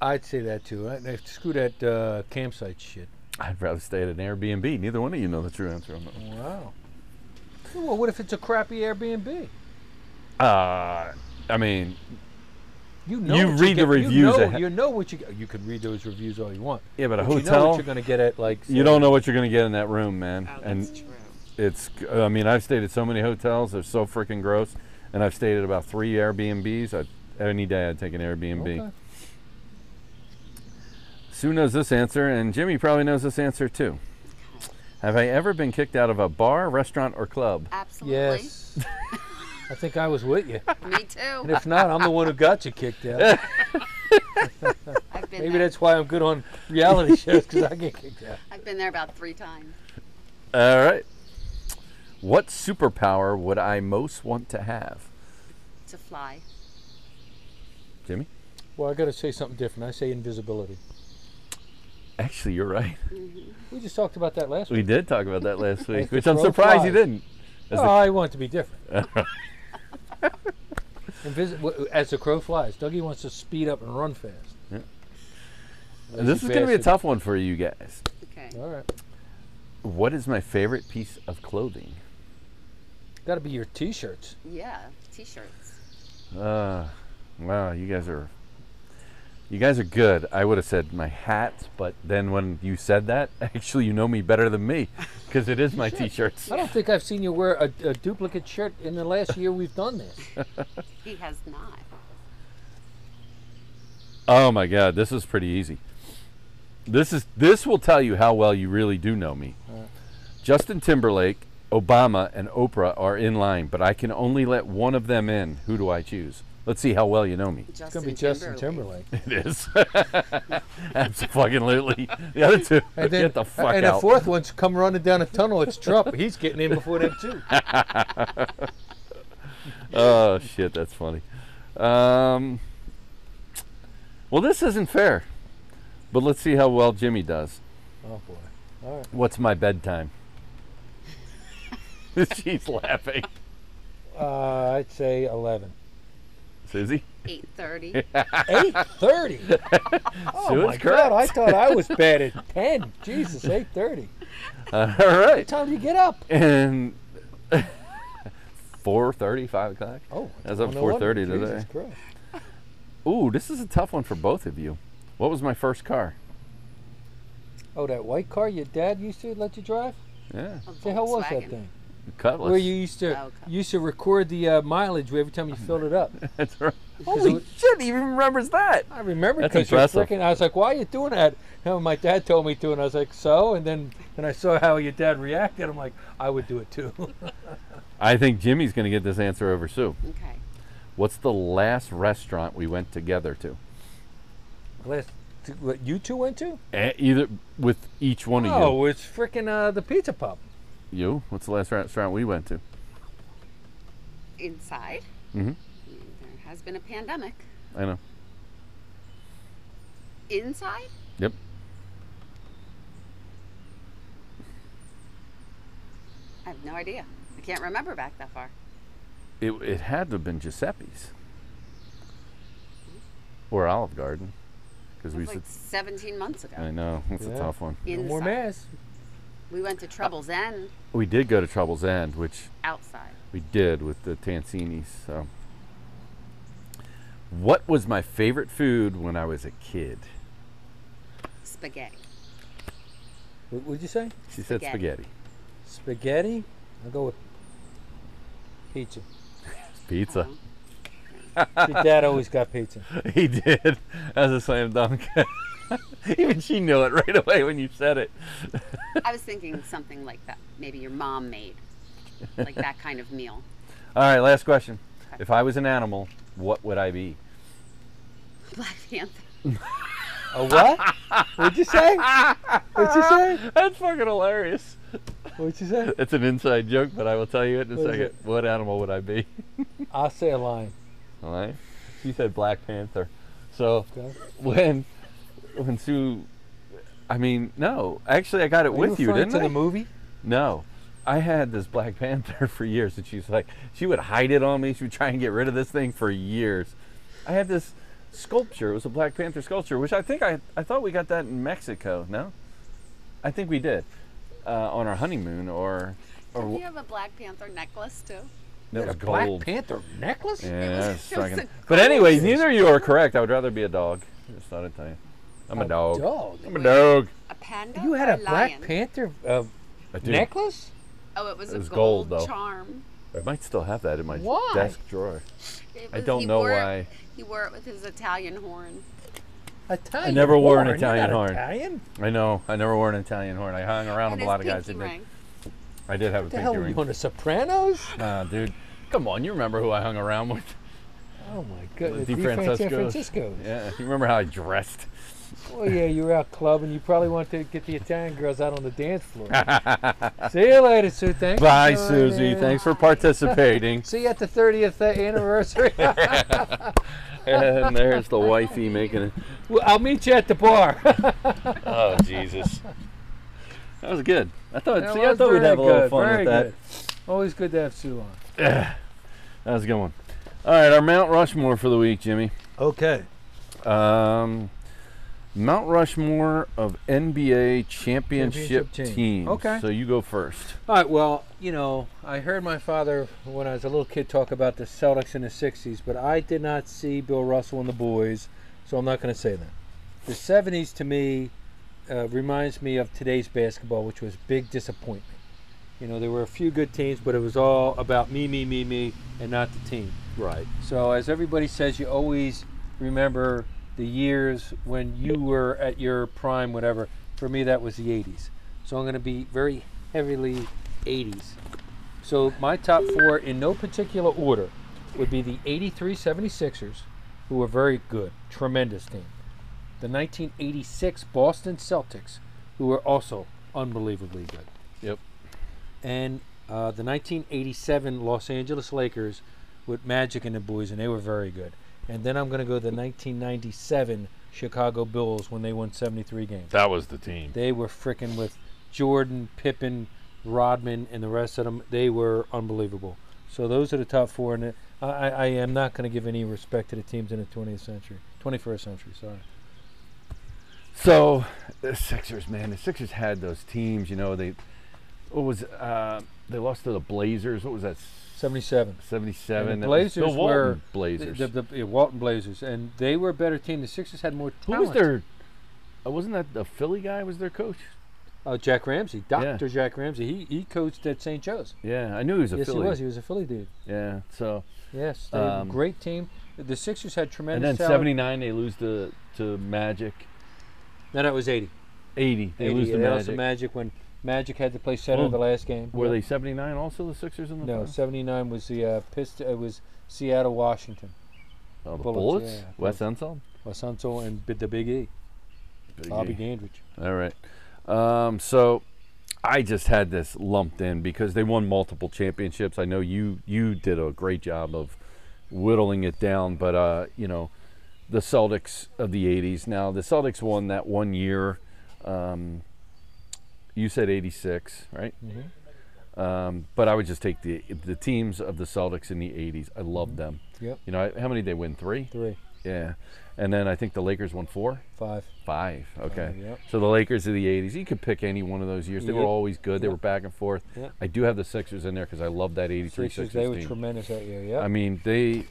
Speaker 3: I'd say that too. I, I- screw that uh, campsite shit.
Speaker 2: I'd rather stay at an Airbnb. Neither one of you know the true answer on that. one.
Speaker 3: Wow. Well, what if it's a crappy Airbnb?
Speaker 2: Uh, I mean,
Speaker 3: You know
Speaker 2: You
Speaker 3: what
Speaker 2: read the
Speaker 3: get- You
Speaker 2: reviews
Speaker 3: know,
Speaker 2: ahead.
Speaker 3: you know what you get. You could read those reviews all you want.
Speaker 2: yeah, but a
Speaker 3: but you know
Speaker 2: hotel,
Speaker 3: what you're going to get at like.
Speaker 2: you don't know what you're going to get in that room, man.
Speaker 6: Oh,
Speaker 2: and
Speaker 6: that's true.
Speaker 2: it's, I mean, I've stayed at so many hotels. They're so freaking gross. And I've stayed at about three Airbnbs. I, any day I'd take an Airbnb.
Speaker 3: Okay.
Speaker 2: Sue knows this answer, and Jimmy probably knows this answer too. Have I ever been kicked out of a bar, restaurant, or club?
Speaker 6: Absolutely.
Speaker 3: Yes. I think I was with you.
Speaker 6: Me
Speaker 3: And
Speaker 6: too.
Speaker 3: if not, I'm the one who got you kicked out.
Speaker 6: I've been
Speaker 3: Maybe
Speaker 6: there.
Speaker 3: that's why I'm good on reality shows because I get kicked out.
Speaker 6: I've been there about three times.
Speaker 2: All right. What superpower would I most want to have?
Speaker 6: To fly.
Speaker 2: Jimmy?
Speaker 3: Well, I got to say something different. I say invisibility.
Speaker 2: Actually, you're right.
Speaker 3: We just talked about that last week.
Speaker 2: We did talk about that last week,
Speaker 3: Like the
Speaker 2: which I'm
Speaker 3: crow
Speaker 2: surprised you
Speaker 3: flies.
Speaker 2: didn't. As
Speaker 3: Oh,
Speaker 2: the-
Speaker 3: I want it to be different. Invis- w- as the crow flies, Dougie wants to speed up and run fast.
Speaker 2: this is going to be a tough one for you guys.
Speaker 6: Okay.
Speaker 3: All right,
Speaker 2: What is my favorite piece of clothing?
Speaker 3: got to be your T-shirts.
Speaker 6: Yeah. T-shirts.
Speaker 2: Uh, wow, you guys are you guys are good. I would have said my hat, but then when you said that, actually you know me better than me because it is my t-shirts.
Speaker 3: I don't think I've seen you wear a, a duplicate shirt in the last year we've done this.
Speaker 6: He has not.
Speaker 2: Oh my god, this is pretty easy. This is this will tell you how well you really do know me. Justin Timberlake, Obama, and Oprah are in line, but I can only let one of them in. Who do I choose? Let's see how well you know me.
Speaker 6: Justin
Speaker 3: It's gonna be Justin Timberlake.
Speaker 2: It is. Absolutely. The other two. get the fuck
Speaker 3: and
Speaker 2: out.
Speaker 3: the fourth one's come running down a tunnel. It's Trump. He's getting in before them too.
Speaker 2: oh shit, that's funny. Um, well, this isn't fair, but let's see how well Jimmy does.
Speaker 3: Oh boy. All right.
Speaker 2: What's my bedtime? She's laughing.
Speaker 3: Uh, I'd say eleven.
Speaker 2: Susie.
Speaker 6: Eight thirty.
Speaker 3: Eight thirty.
Speaker 2: Sue
Speaker 3: Oh
Speaker 2: is
Speaker 3: my
Speaker 2: correct.
Speaker 3: God! I thought I was bad at ten. Jesus, eight thirty.
Speaker 2: Uh, All right,
Speaker 3: Time to get up.
Speaker 2: and four thirty, five o'clock.
Speaker 3: Oh,
Speaker 2: That's up
Speaker 3: no wonder.
Speaker 2: 4:30 today.
Speaker 3: Jesus Christ.
Speaker 2: Ooh, this is a tough one for both of you. What was my first car?
Speaker 3: Oh, that white car your dad used to let you drive?
Speaker 2: Yeah,
Speaker 6: A
Speaker 3: The hell was that
Speaker 6: Oh, Volkswagen.
Speaker 3: thing?
Speaker 2: Cutlass.
Speaker 3: Where you used to
Speaker 6: Oh, okay.
Speaker 3: you used to record the uh, mileage every time
Speaker 2: Oh,
Speaker 3: you filled it up.
Speaker 2: That's right.
Speaker 3: 'Cause
Speaker 2: Holy
Speaker 3: it-
Speaker 2: shit! He even remembers that.
Speaker 3: I remember
Speaker 2: That's
Speaker 3: because you're
Speaker 2: impressive.
Speaker 3: freaking. I was like, "Why are you doing that?" And my dad told me to, and I was like, "So?" And then then I saw how your dad reacted. I'm like, "I would do it too."
Speaker 2: I think Jimmy's going to get this answer over Sue.
Speaker 6: Okay.
Speaker 2: What's the last restaurant we went together to?
Speaker 3: Last, what you two went to?
Speaker 2: Eh, Either with each one of you.
Speaker 3: Oh, it's freaking uh, the pizza pub.
Speaker 2: You? What's the last restaurant we went to?
Speaker 6: Inside.
Speaker 2: Mhm.
Speaker 6: There has been a pandemic.
Speaker 2: I know.
Speaker 6: Inside.
Speaker 2: Yep.
Speaker 6: I have no idea. I can't remember back that far.
Speaker 2: It, it had to have been Giuseppe's or Olive Garden, because
Speaker 6: It
Speaker 2: we
Speaker 6: was
Speaker 2: used
Speaker 6: like
Speaker 2: to.
Speaker 6: 17 months ago.
Speaker 2: I know. That's a
Speaker 3: Yeah.
Speaker 2: tough one.
Speaker 3: No more
Speaker 6: Inside.
Speaker 3: mass.
Speaker 6: we went to Trouble's End
Speaker 2: We did go to Trouble's End, which
Speaker 6: outside.
Speaker 2: we did with the Tancinis. So, what was my favorite food when I was a kid?
Speaker 6: Spaghetti.
Speaker 3: What would you say?
Speaker 2: She said spaghetti.
Speaker 6: Spaghetti.
Speaker 3: Spaghetti. I'll go with pizza.
Speaker 2: Pizza.
Speaker 6: Um,
Speaker 3: Your dad always got pizza.
Speaker 2: He did. As a slam dunk. Even she knew it right away when you said it.
Speaker 6: I was thinking something like that. Maybe your mom made. Like that kind of meal.
Speaker 2: All right, last question. If I was an animal, what would I be?
Speaker 6: Black Panther.
Speaker 3: A what? What'd you say? What'd you say?
Speaker 2: That's fucking hilarious.
Speaker 3: What'd you say?
Speaker 2: It's an inside joke, but I will tell you it in a
Speaker 3: What is
Speaker 2: second.
Speaker 3: it?
Speaker 2: What animal would I be?
Speaker 3: I'll say a lion.
Speaker 2: All right. She said Black Panther. So
Speaker 3: Okay.
Speaker 2: when when Sue I mean, no. Actually, I got it with you,
Speaker 3: referring
Speaker 2: didn't
Speaker 3: to
Speaker 2: I?
Speaker 3: the movie?
Speaker 2: No. I had this Black Panther for years, and she's like, she would hide it on me. She would try and get rid of this thing for years. I had this sculpture. It was a Black Panther sculpture, which I think I, I thought we got that in Mexico. No, I think we did uh, on our honeymoon, or
Speaker 6: Do you
Speaker 2: or
Speaker 6: have a Black Panther necklace too?
Speaker 2: that was
Speaker 3: Black
Speaker 2: gold.
Speaker 3: Panther necklace?
Speaker 2: yeah,
Speaker 6: was-
Speaker 2: that's
Speaker 6: it was
Speaker 2: fucking-
Speaker 6: a
Speaker 2: but anyway, neither of you are correct. I would rather be a dog. Just thought I'd tell you, I'm a, dog.
Speaker 3: Dog.
Speaker 2: I'm a dog.
Speaker 6: A panda?
Speaker 3: You had
Speaker 6: or
Speaker 3: a Black
Speaker 6: lion?
Speaker 3: Panther uh,
Speaker 2: I do.
Speaker 3: necklace?
Speaker 6: Oh, it was
Speaker 2: It
Speaker 6: a
Speaker 2: was gold,
Speaker 6: gold,
Speaker 2: though.
Speaker 6: charm.
Speaker 2: I might still have that in my
Speaker 3: Why?
Speaker 2: desk drawer.
Speaker 6: It
Speaker 2: I
Speaker 6: was-
Speaker 2: don't
Speaker 6: he
Speaker 2: know
Speaker 6: wore it-
Speaker 2: why.
Speaker 6: He wore it with his Italian horn.
Speaker 3: Italian.
Speaker 2: never wore an
Speaker 3: horn. You're
Speaker 2: Italian
Speaker 3: not
Speaker 2: horn.
Speaker 3: Italian?
Speaker 2: I know. I never wore an Italian horn. I hung around with a lot of guys that did. I did have
Speaker 3: What the
Speaker 2: a
Speaker 3: hell
Speaker 2: pinky
Speaker 3: were you
Speaker 2: ring.
Speaker 3: on The Sopranos?
Speaker 2: Ah, dude, come on. You remember who I hung around with?
Speaker 3: Oh my God.
Speaker 2: Di
Speaker 3: Di Fran- San
Speaker 2: Francesco's.
Speaker 3: Francisco.
Speaker 2: Yeah. You remember how I dressed?
Speaker 3: Oh yeah, you were out clubbing. You probably want to get the Italian girls out on the dance floor. See you later, Sue. Thanks. for
Speaker 2: Bye,
Speaker 3: joining.
Speaker 2: Susie. Thanks for participating.
Speaker 3: See you at the 30th anniversary.
Speaker 2: and there's the wifey making it.
Speaker 3: well, I'll meet you at the bar.
Speaker 2: Oh Jesus. That was good. I thought.
Speaker 3: That
Speaker 2: see, I
Speaker 3: was
Speaker 2: thought we'd
Speaker 3: very
Speaker 2: have a little
Speaker 3: good,
Speaker 2: fun
Speaker 3: very
Speaker 2: with that.
Speaker 3: good. Always good to have Sue on.
Speaker 2: That was a good one. All right, our Mount Rushmore for the week, Jimmy.
Speaker 3: Okay.
Speaker 2: Um, Mount Rushmore of NBA championship,
Speaker 5: Championship team.
Speaker 2: teams.
Speaker 3: Okay.
Speaker 2: So you go first.
Speaker 3: All right. Well, you know, I heard my father when I was a little kid talk about the Celtics in the '60s, but I did not see Bill Russell and the boys, so I'm not going to say that. The '70s to me uh, reminds me of today's basketball, which was big disappointment. You know, there were a few good teams, but it was all about me, me, me, me, and not the team.
Speaker 2: Right.
Speaker 3: So, as everybody says, you always remember the years when you were at your prime, whatever. For me, that was the 80s. So, I'm going to be very heavily 80s. So, my top four, in no particular order, would be the 83 76ers, who were very good, tremendous team. The 1986 Boston Celtics, who were also unbelievably good.
Speaker 2: Yep.
Speaker 3: And uh, the 1987 Los Angeles Lakers, with Magic and the boys, and they were very good. And then I'm going to go the 1997 Chicago Bulls when they won 73 games.
Speaker 2: That was the team.
Speaker 3: They were frickin' with Jordan, Pippen, Rodman, and the rest of them. They were unbelievable. So those are the top four, and I, I, I am not going to give any respect to the teams in the 20th century, 21st century. Sorry.
Speaker 2: So the Sixers, man, the Sixers had those teams. You know, they what was uh, they lost to the Blazers. What was that?
Speaker 3: 77.
Speaker 2: Seventy-seven.
Speaker 3: And the
Speaker 2: That was
Speaker 3: Blazers
Speaker 2: Bill Walton
Speaker 3: were-
Speaker 2: Blazers.
Speaker 3: The, the, the yeah, Walton Blazers, and they were a better team. The Sixers had more
Speaker 2: Who
Speaker 3: talent.
Speaker 2: was their? Uh, wasn't that the Philly guy? Was their coach?
Speaker 3: Uh, Jack Ramsey,
Speaker 2: Yeah.
Speaker 3: Doctor Jack Ramsey. He he coached at St. Joe's.
Speaker 2: Yeah, I knew he was a
Speaker 3: yes,
Speaker 2: Philly.
Speaker 3: he was. He was a Philly dude.
Speaker 2: Yeah. So
Speaker 3: Yes, they were a
Speaker 2: Um,
Speaker 3: great team. The Sixers had tremendous.
Speaker 2: and then
Speaker 3: talent.
Speaker 2: '79 they lose to to Magic.
Speaker 3: No, that was eighty.
Speaker 2: '80 they
Speaker 3: 80,
Speaker 2: lose to
Speaker 3: they lost
Speaker 2: Magic.
Speaker 3: to Magic when Magic had to play center
Speaker 2: Well,
Speaker 3: the last game.
Speaker 2: Were
Speaker 3: Yeah.
Speaker 2: they '79 also the Sixers in the
Speaker 3: No,
Speaker 2: finals?
Speaker 3: seventy nine was the uh, Pist- uh, was Seattle Washington.
Speaker 2: Oh, the
Speaker 3: Bullets,
Speaker 2: Bullets.
Speaker 3: yeah, yeah,
Speaker 2: Wes Unseld.
Speaker 3: Wasanto and B- the Big E,
Speaker 2: Big
Speaker 3: Bobby
Speaker 2: E.
Speaker 3: Dandridge.
Speaker 2: All right. Um, so I just had this lumped in because they won multiple championships. I know you you did a great job of whittling it down, but uh, you know the Celtics of the '80s. Now the Celtics won that one year. Um, you said '86, right?
Speaker 3: Mm-hmm.
Speaker 2: Um, but I would just take the the teams of the Celtics in the '80s. I love them.
Speaker 3: Yep.
Speaker 2: You know I, how many did they win? Three.
Speaker 3: Three,
Speaker 2: Yeah. And then I think the Lakers won four.
Speaker 3: five.
Speaker 2: Five. Okay.
Speaker 3: yep.
Speaker 2: So the Lakers of the '80s. You could pick any one of those years. They
Speaker 3: Yeah.
Speaker 2: were always good. They were back and forth.
Speaker 3: Yeah.
Speaker 2: I do have the Sixers in there because I love that '83
Speaker 3: Sixers,
Speaker 2: Sixers,
Speaker 3: they were
Speaker 2: team.
Speaker 3: tremendous that year. Yeah.
Speaker 2: I mean, they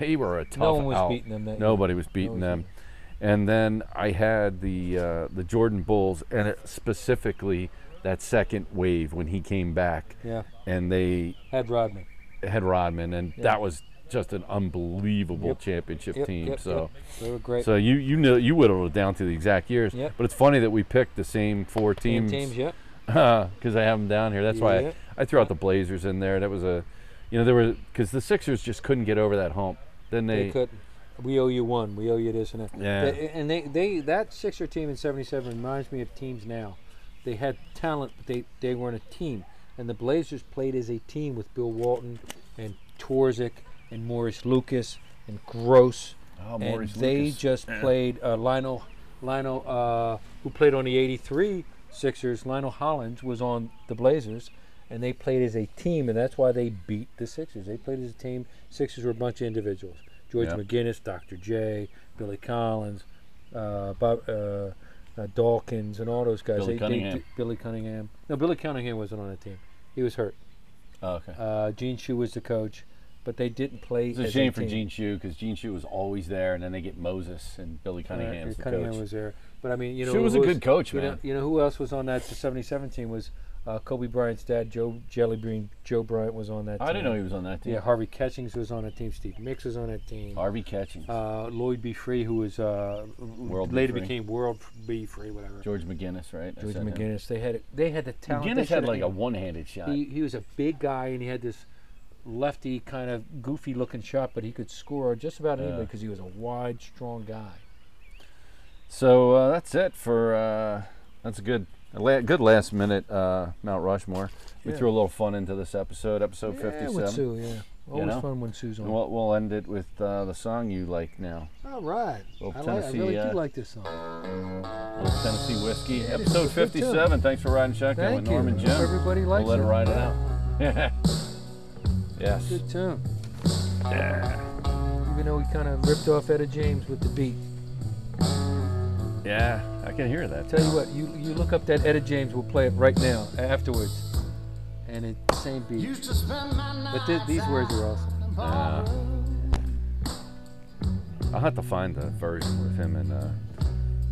Speaker 2: they were a tough
Speaker 3: no one was
Speaker 2: out.
Speaker 3: beating them that year.
Speaker 2: Nobody was beating
Speaker 3: was
Speaker 2: them. And then I had the uh, the Jordan Bulls, and it specifically that second wave when he came back,
Speaker 3: Yeah.
Speaker 2: and they
Speaker 3: Had Rodman.
Speaker 2: had Rodman, and that was just an unbelievable
Speaker 3: Yep.
Speaker 2: championship
Speaker 3: Yep,
Speaker 2: team.
Speaker 3: yep,
Speaker 2: so.
Speaker 3: yep. they were great.
Speaker 2: So you you know you whittled it down to the exact years.
Speaker 3: Yep.
Speaker 2: But it's funny that we picked the same four
Speaker 3: Team
Speaker 2: teams
Speaker 3: teams, yep.
Speaker 2: because I have them down here. That's why
Speaker 3: Yeah.
Speaker 2: I, I threw out the Blazers in there. That was a, you know, there were because the Sixers just couldn't get over that hump. Then
Speaker 3: They,
Speaker 2: they,
Speaker 3: couldn't. We owe you one. We owe you this and that.
Speaker 2: Yeah.
Speaker 3: They- and they, they that Sixer team in '77 reminds me of teams now. They had talent, but they, they weren't a team. And the Blazers played as a team with Bill Walton and Torzik and Morris Lucas and Gross.
Speaker 2: Oh,
Speaker 3: and
Speaker 2: Maurice
Speaker 3: they
Speaker 2: Lucas.
Speaker 3: just played uh, Lionel Lionel, uh, who played on the 83 Sixers, Lionel Hollins was on the Blazers, and they played as a team, and that's why they beat the Sixers. They played as a team. Sixers were a bunch of individuals George
Speaker 2: Yep.
Speaker 3: McGinnis, Dr. J, Billy Collins, uh, Bob, uh, uh, Dawkins, and all those guys.
Speaker 2: Billy
Speaker 3: They- they
Speaker 2: Cunningham.
Speaker 3: d- Billy Cunningham. No, Billy Cunningham wasn't on the team. He was hurt.
Speaker 2: Oh, okay.
Speaker 3: Uh, Gene Shue was the coach, but they didn't play.
Speaker 2: It's a
Speaker 3: as
Speaker 2: shame
Speaker 3: a
Speaker 2: for
Speaker 3: team.
Speaker 2: Gene Shue because Gene Shue was always there, and then they get Moses and Billy
Speaker 3: Right,
Speaker 2: Cunningham's the
Speaker 3: Cunningham
Speaker 2: coach.
Speaker 3: was there, but I mean, you know,
Speaker 2: Shue was
Speaker 3: who
Speaker 2: a good coach,
Speaker 3: you know-
Speaker 2: man.
Speaker 3: you know who else was on that '77 team was uh, Kobe Bryant's dad, Joe Jelly Bean. Joe Bryant was on that.
Speaker 2: I didn't
Speaker 3: team.
Speaker 2: know he was on that team.
Speaker 3: Yeah, Harvey Catchings was on that team. Steve Mix was on that team.
Speaker 2: Harvey Catchings,
Speaker 3: Uh, Lloyd B. Free, who was uh,
Speaker 2: World Be
Speaker 3: later
Speaker 2: Free.
Speaker 3: became World B. Free, whatever.
Speaker 2: George McGinnis, right? I
Speaker 3: George
Speaker 2: said him.
Speaker 3: McGinnis. They had they had the talent. They
Speaker 2: McGinnis had
Speaker 3: should've-
Speaker 2: like a one-handed shot.
Speaker 3: he, he was a big guy and he had this lefty kind of goofy looking shot, but he could score just about anybody
Speaker 2: Yeah.
Speaker 3: because he was a wide, strong guy.
Speaker 2: So uh, that's it for. Uh, that's a good, a la- good last minute uh, Mount Rushmore. We
Speaker 3: Yeah.
Speaker 2: threw a little fun into this episode, episode
Speaker 3: Yeah, with
Speaker 2: 57.
Speaker 3: Sue, yeah. Always
Speaker 2: know?
Speaker 3: fun when Sue's on.
Speaker 2: And we'll, we'll end it with uh, the song you like now,
Speaker 3: All right.
Speaker 2: Well,
Speaker 3: I, like, I
Speaker 2: Tennessee,
Speaker 3: really
Speaker 2: uh,
Speaker 3: do like this song.
Speaker 2: Old Tennessee Whiskey,
Speaker 3: this is
Speaker 2: episode
Speaker 3: a good tune.
Speaker 2: 57. Thanks for riding shotgun
Speaker 3: Thank
Speaker 2: with
Speaker 3: you.
Speaker 2: Norman
Speaker 3: Hope
Speaker 2: Jim.
Speaker 3: everybody
Speaker 2: we'll
Speaker 3: likes
Speaker 2: let
Speaker 3: it.
Speaker 2: it ride it out. yes.
Speaker 3: Good tune. Even though we kind of ripped off Etta James with the beat.
Speaker 2: Yeah, I can hear that.
Speaker 3: Tell you what, you, you look up that Etta James, we'll play it right now a- afterwards. And it's same beat.
Speaker 4: Used to spend my
Speaker 3: But thi-
Speaker 4: nights
Speaker 3: these words are awesome.
Speaker 2: Uh, I'll have to find the version with him and uh,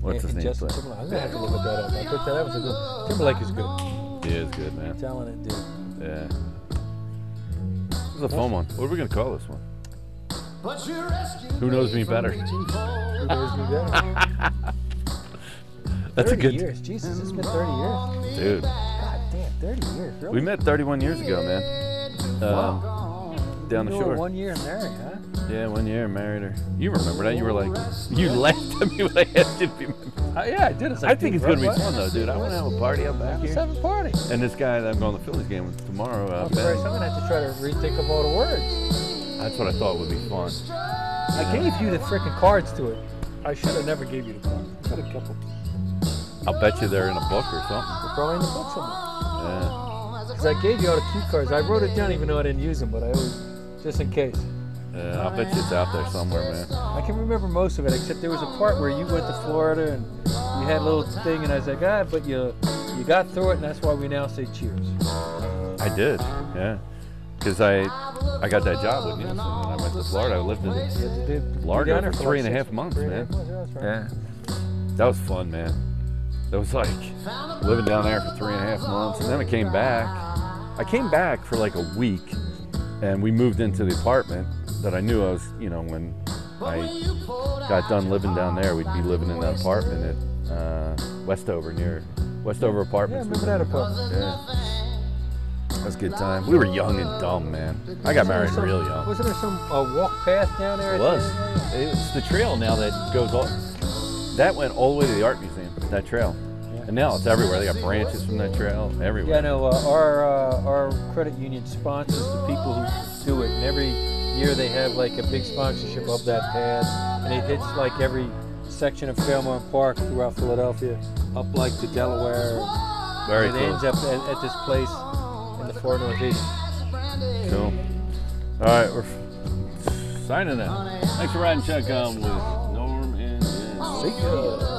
Speaker 2: what's
Speaker 3: and,
Speaker 2: his
Speaker 3: and
Speaker 2: name?
Speaker 3: Justin
Speaker 2: But
Speaker 3: Timberlake. I'm gonna have to look at that up. I put that, that was a good. Timberlake is good.
Speaker 2: he is good, man.
Speaker 3: Talented dude.
Speaker 2: Yeah. This is a fun one. What are we gonna call this one?
Speaker 4: But you rescued
Speaker 2: Who knows me
Speaker 4: from
Speaker 2: better?
Speaker 4: reaching for
Speaker 3: Who knows me better?
Speaker 2: That's a
Speaker 3: 30
Speaker 2: good
Speaker 3: years. Jesus, it's been 30 years.
Speaker 2: dude.
Speaker 3: God damn, 30 years. Really?
Speaker 2: We met 31 years ago, man. Um, down the
Speaker 3: You were
Speaker 2: shore.
Speaker 3: One year married, huh?
Speaker 2: Yeah, one year, married her. You remember that? You were like, you laughed at me when I asked if you remember.
Speaker 3: Uh, yeah, I did. It's like,
Speaker 2: I think
Speaker 3: dude,
Speaker 2: it's gonna be
Speaker 3: what?
Speaker 2: fun though, dude. I want to have a party out back
Speaker 3: Let's
Speaker 2: here.
Speaker 3: have a party.
Speaker 2: And this guy that I'm going to the Phillies game with tomorrow, uh,
Speaker 3: Christ, I'm
Speaker 2: ben,
Speaker 3: gonna have to try to rethink of all the words.
Speaker 2: that's what I thought would be fun.
Speaker 3: I gave you the freaking cards to it. I should have never gave you the cards. Got a couple.
Speaker 2: I'll bet you they're in a book or something.
Speaker 3: They're probably in the book somewhere.
Speaker 2: Yeah.
Speaker 3: Because I gave you all the cue cards. I wrote it down even though I didn't use them, but I always, just in case.
Speaker 2: yeah, I'll bet you it's out there somewhere, man.
Speaker 3: I can remember most of it, except there was a part where you went to Florida and you had a little thing, and I was like, ah, but you you got through it, and that's why we now say cheers.
Speaker 2: I did, yeah. Because I, I got that job with Nielsen when I went to Florida. I lived in
Speaker 3: You had to do-
Speaker 2: Largo
Speaker 3: be down there
Speaker 2: for
Speaker 3: for
Speaker 2: three
Speaker 3: like
Speaker 2: and a
Speaker 3: six
Speaker 2: half months,
Speaker 3: three and a
Speaker 2: man.
Speaker 3: half months, yeah, that's right.
Speaker 2: Yeah. That was fun, man. That was like living down there for three and a half months. And then I came back. I came back for like a week and we moved into the apartment that I knew I was, you know, when I got done living down there, we'd be living in that apartment at uh, Westover near Westover
Speaker 3: Yeah, I
Speaker 2: Apartments.
Speaker 3: remember that apartment.
Speaker 2: Yeah. That was a good time. We were young and dumb, man. I got married
Speaker 3: Wasn't there
Speaker 2: real
Speaker 3: some-
Speaker 2: young.
Speaker 3: Wasn't there some uh, walk path down there?
Speaker 2: It
Speaker 3: at
Speaker 2: was.
Speaker 3: the end?
Speaker 2: It's the trail now that goes all. That went all the way to the art museum. That trail, and now it's everywhere. They got branches from that trail
Speaker 3: Yeah,
Speaker 2: everywhere.
Speaker 3: no, uh, our, uh, our credit union sponsors the people who do it, and every year they have like a big sponsorship of that path, and it hits like every section of Fairmont Park throughout Philadelphia, up like to Delaware.
Speaker 2: Very
Speaker 3: it
Speaker 2: cool.
Speaker 3: ends up at, at this place in the far northeast.
Speaker 2: Cool. All right, we're signing out. Thanks for riding shotgun with Norm and Jim.
Speaker 3: See ya.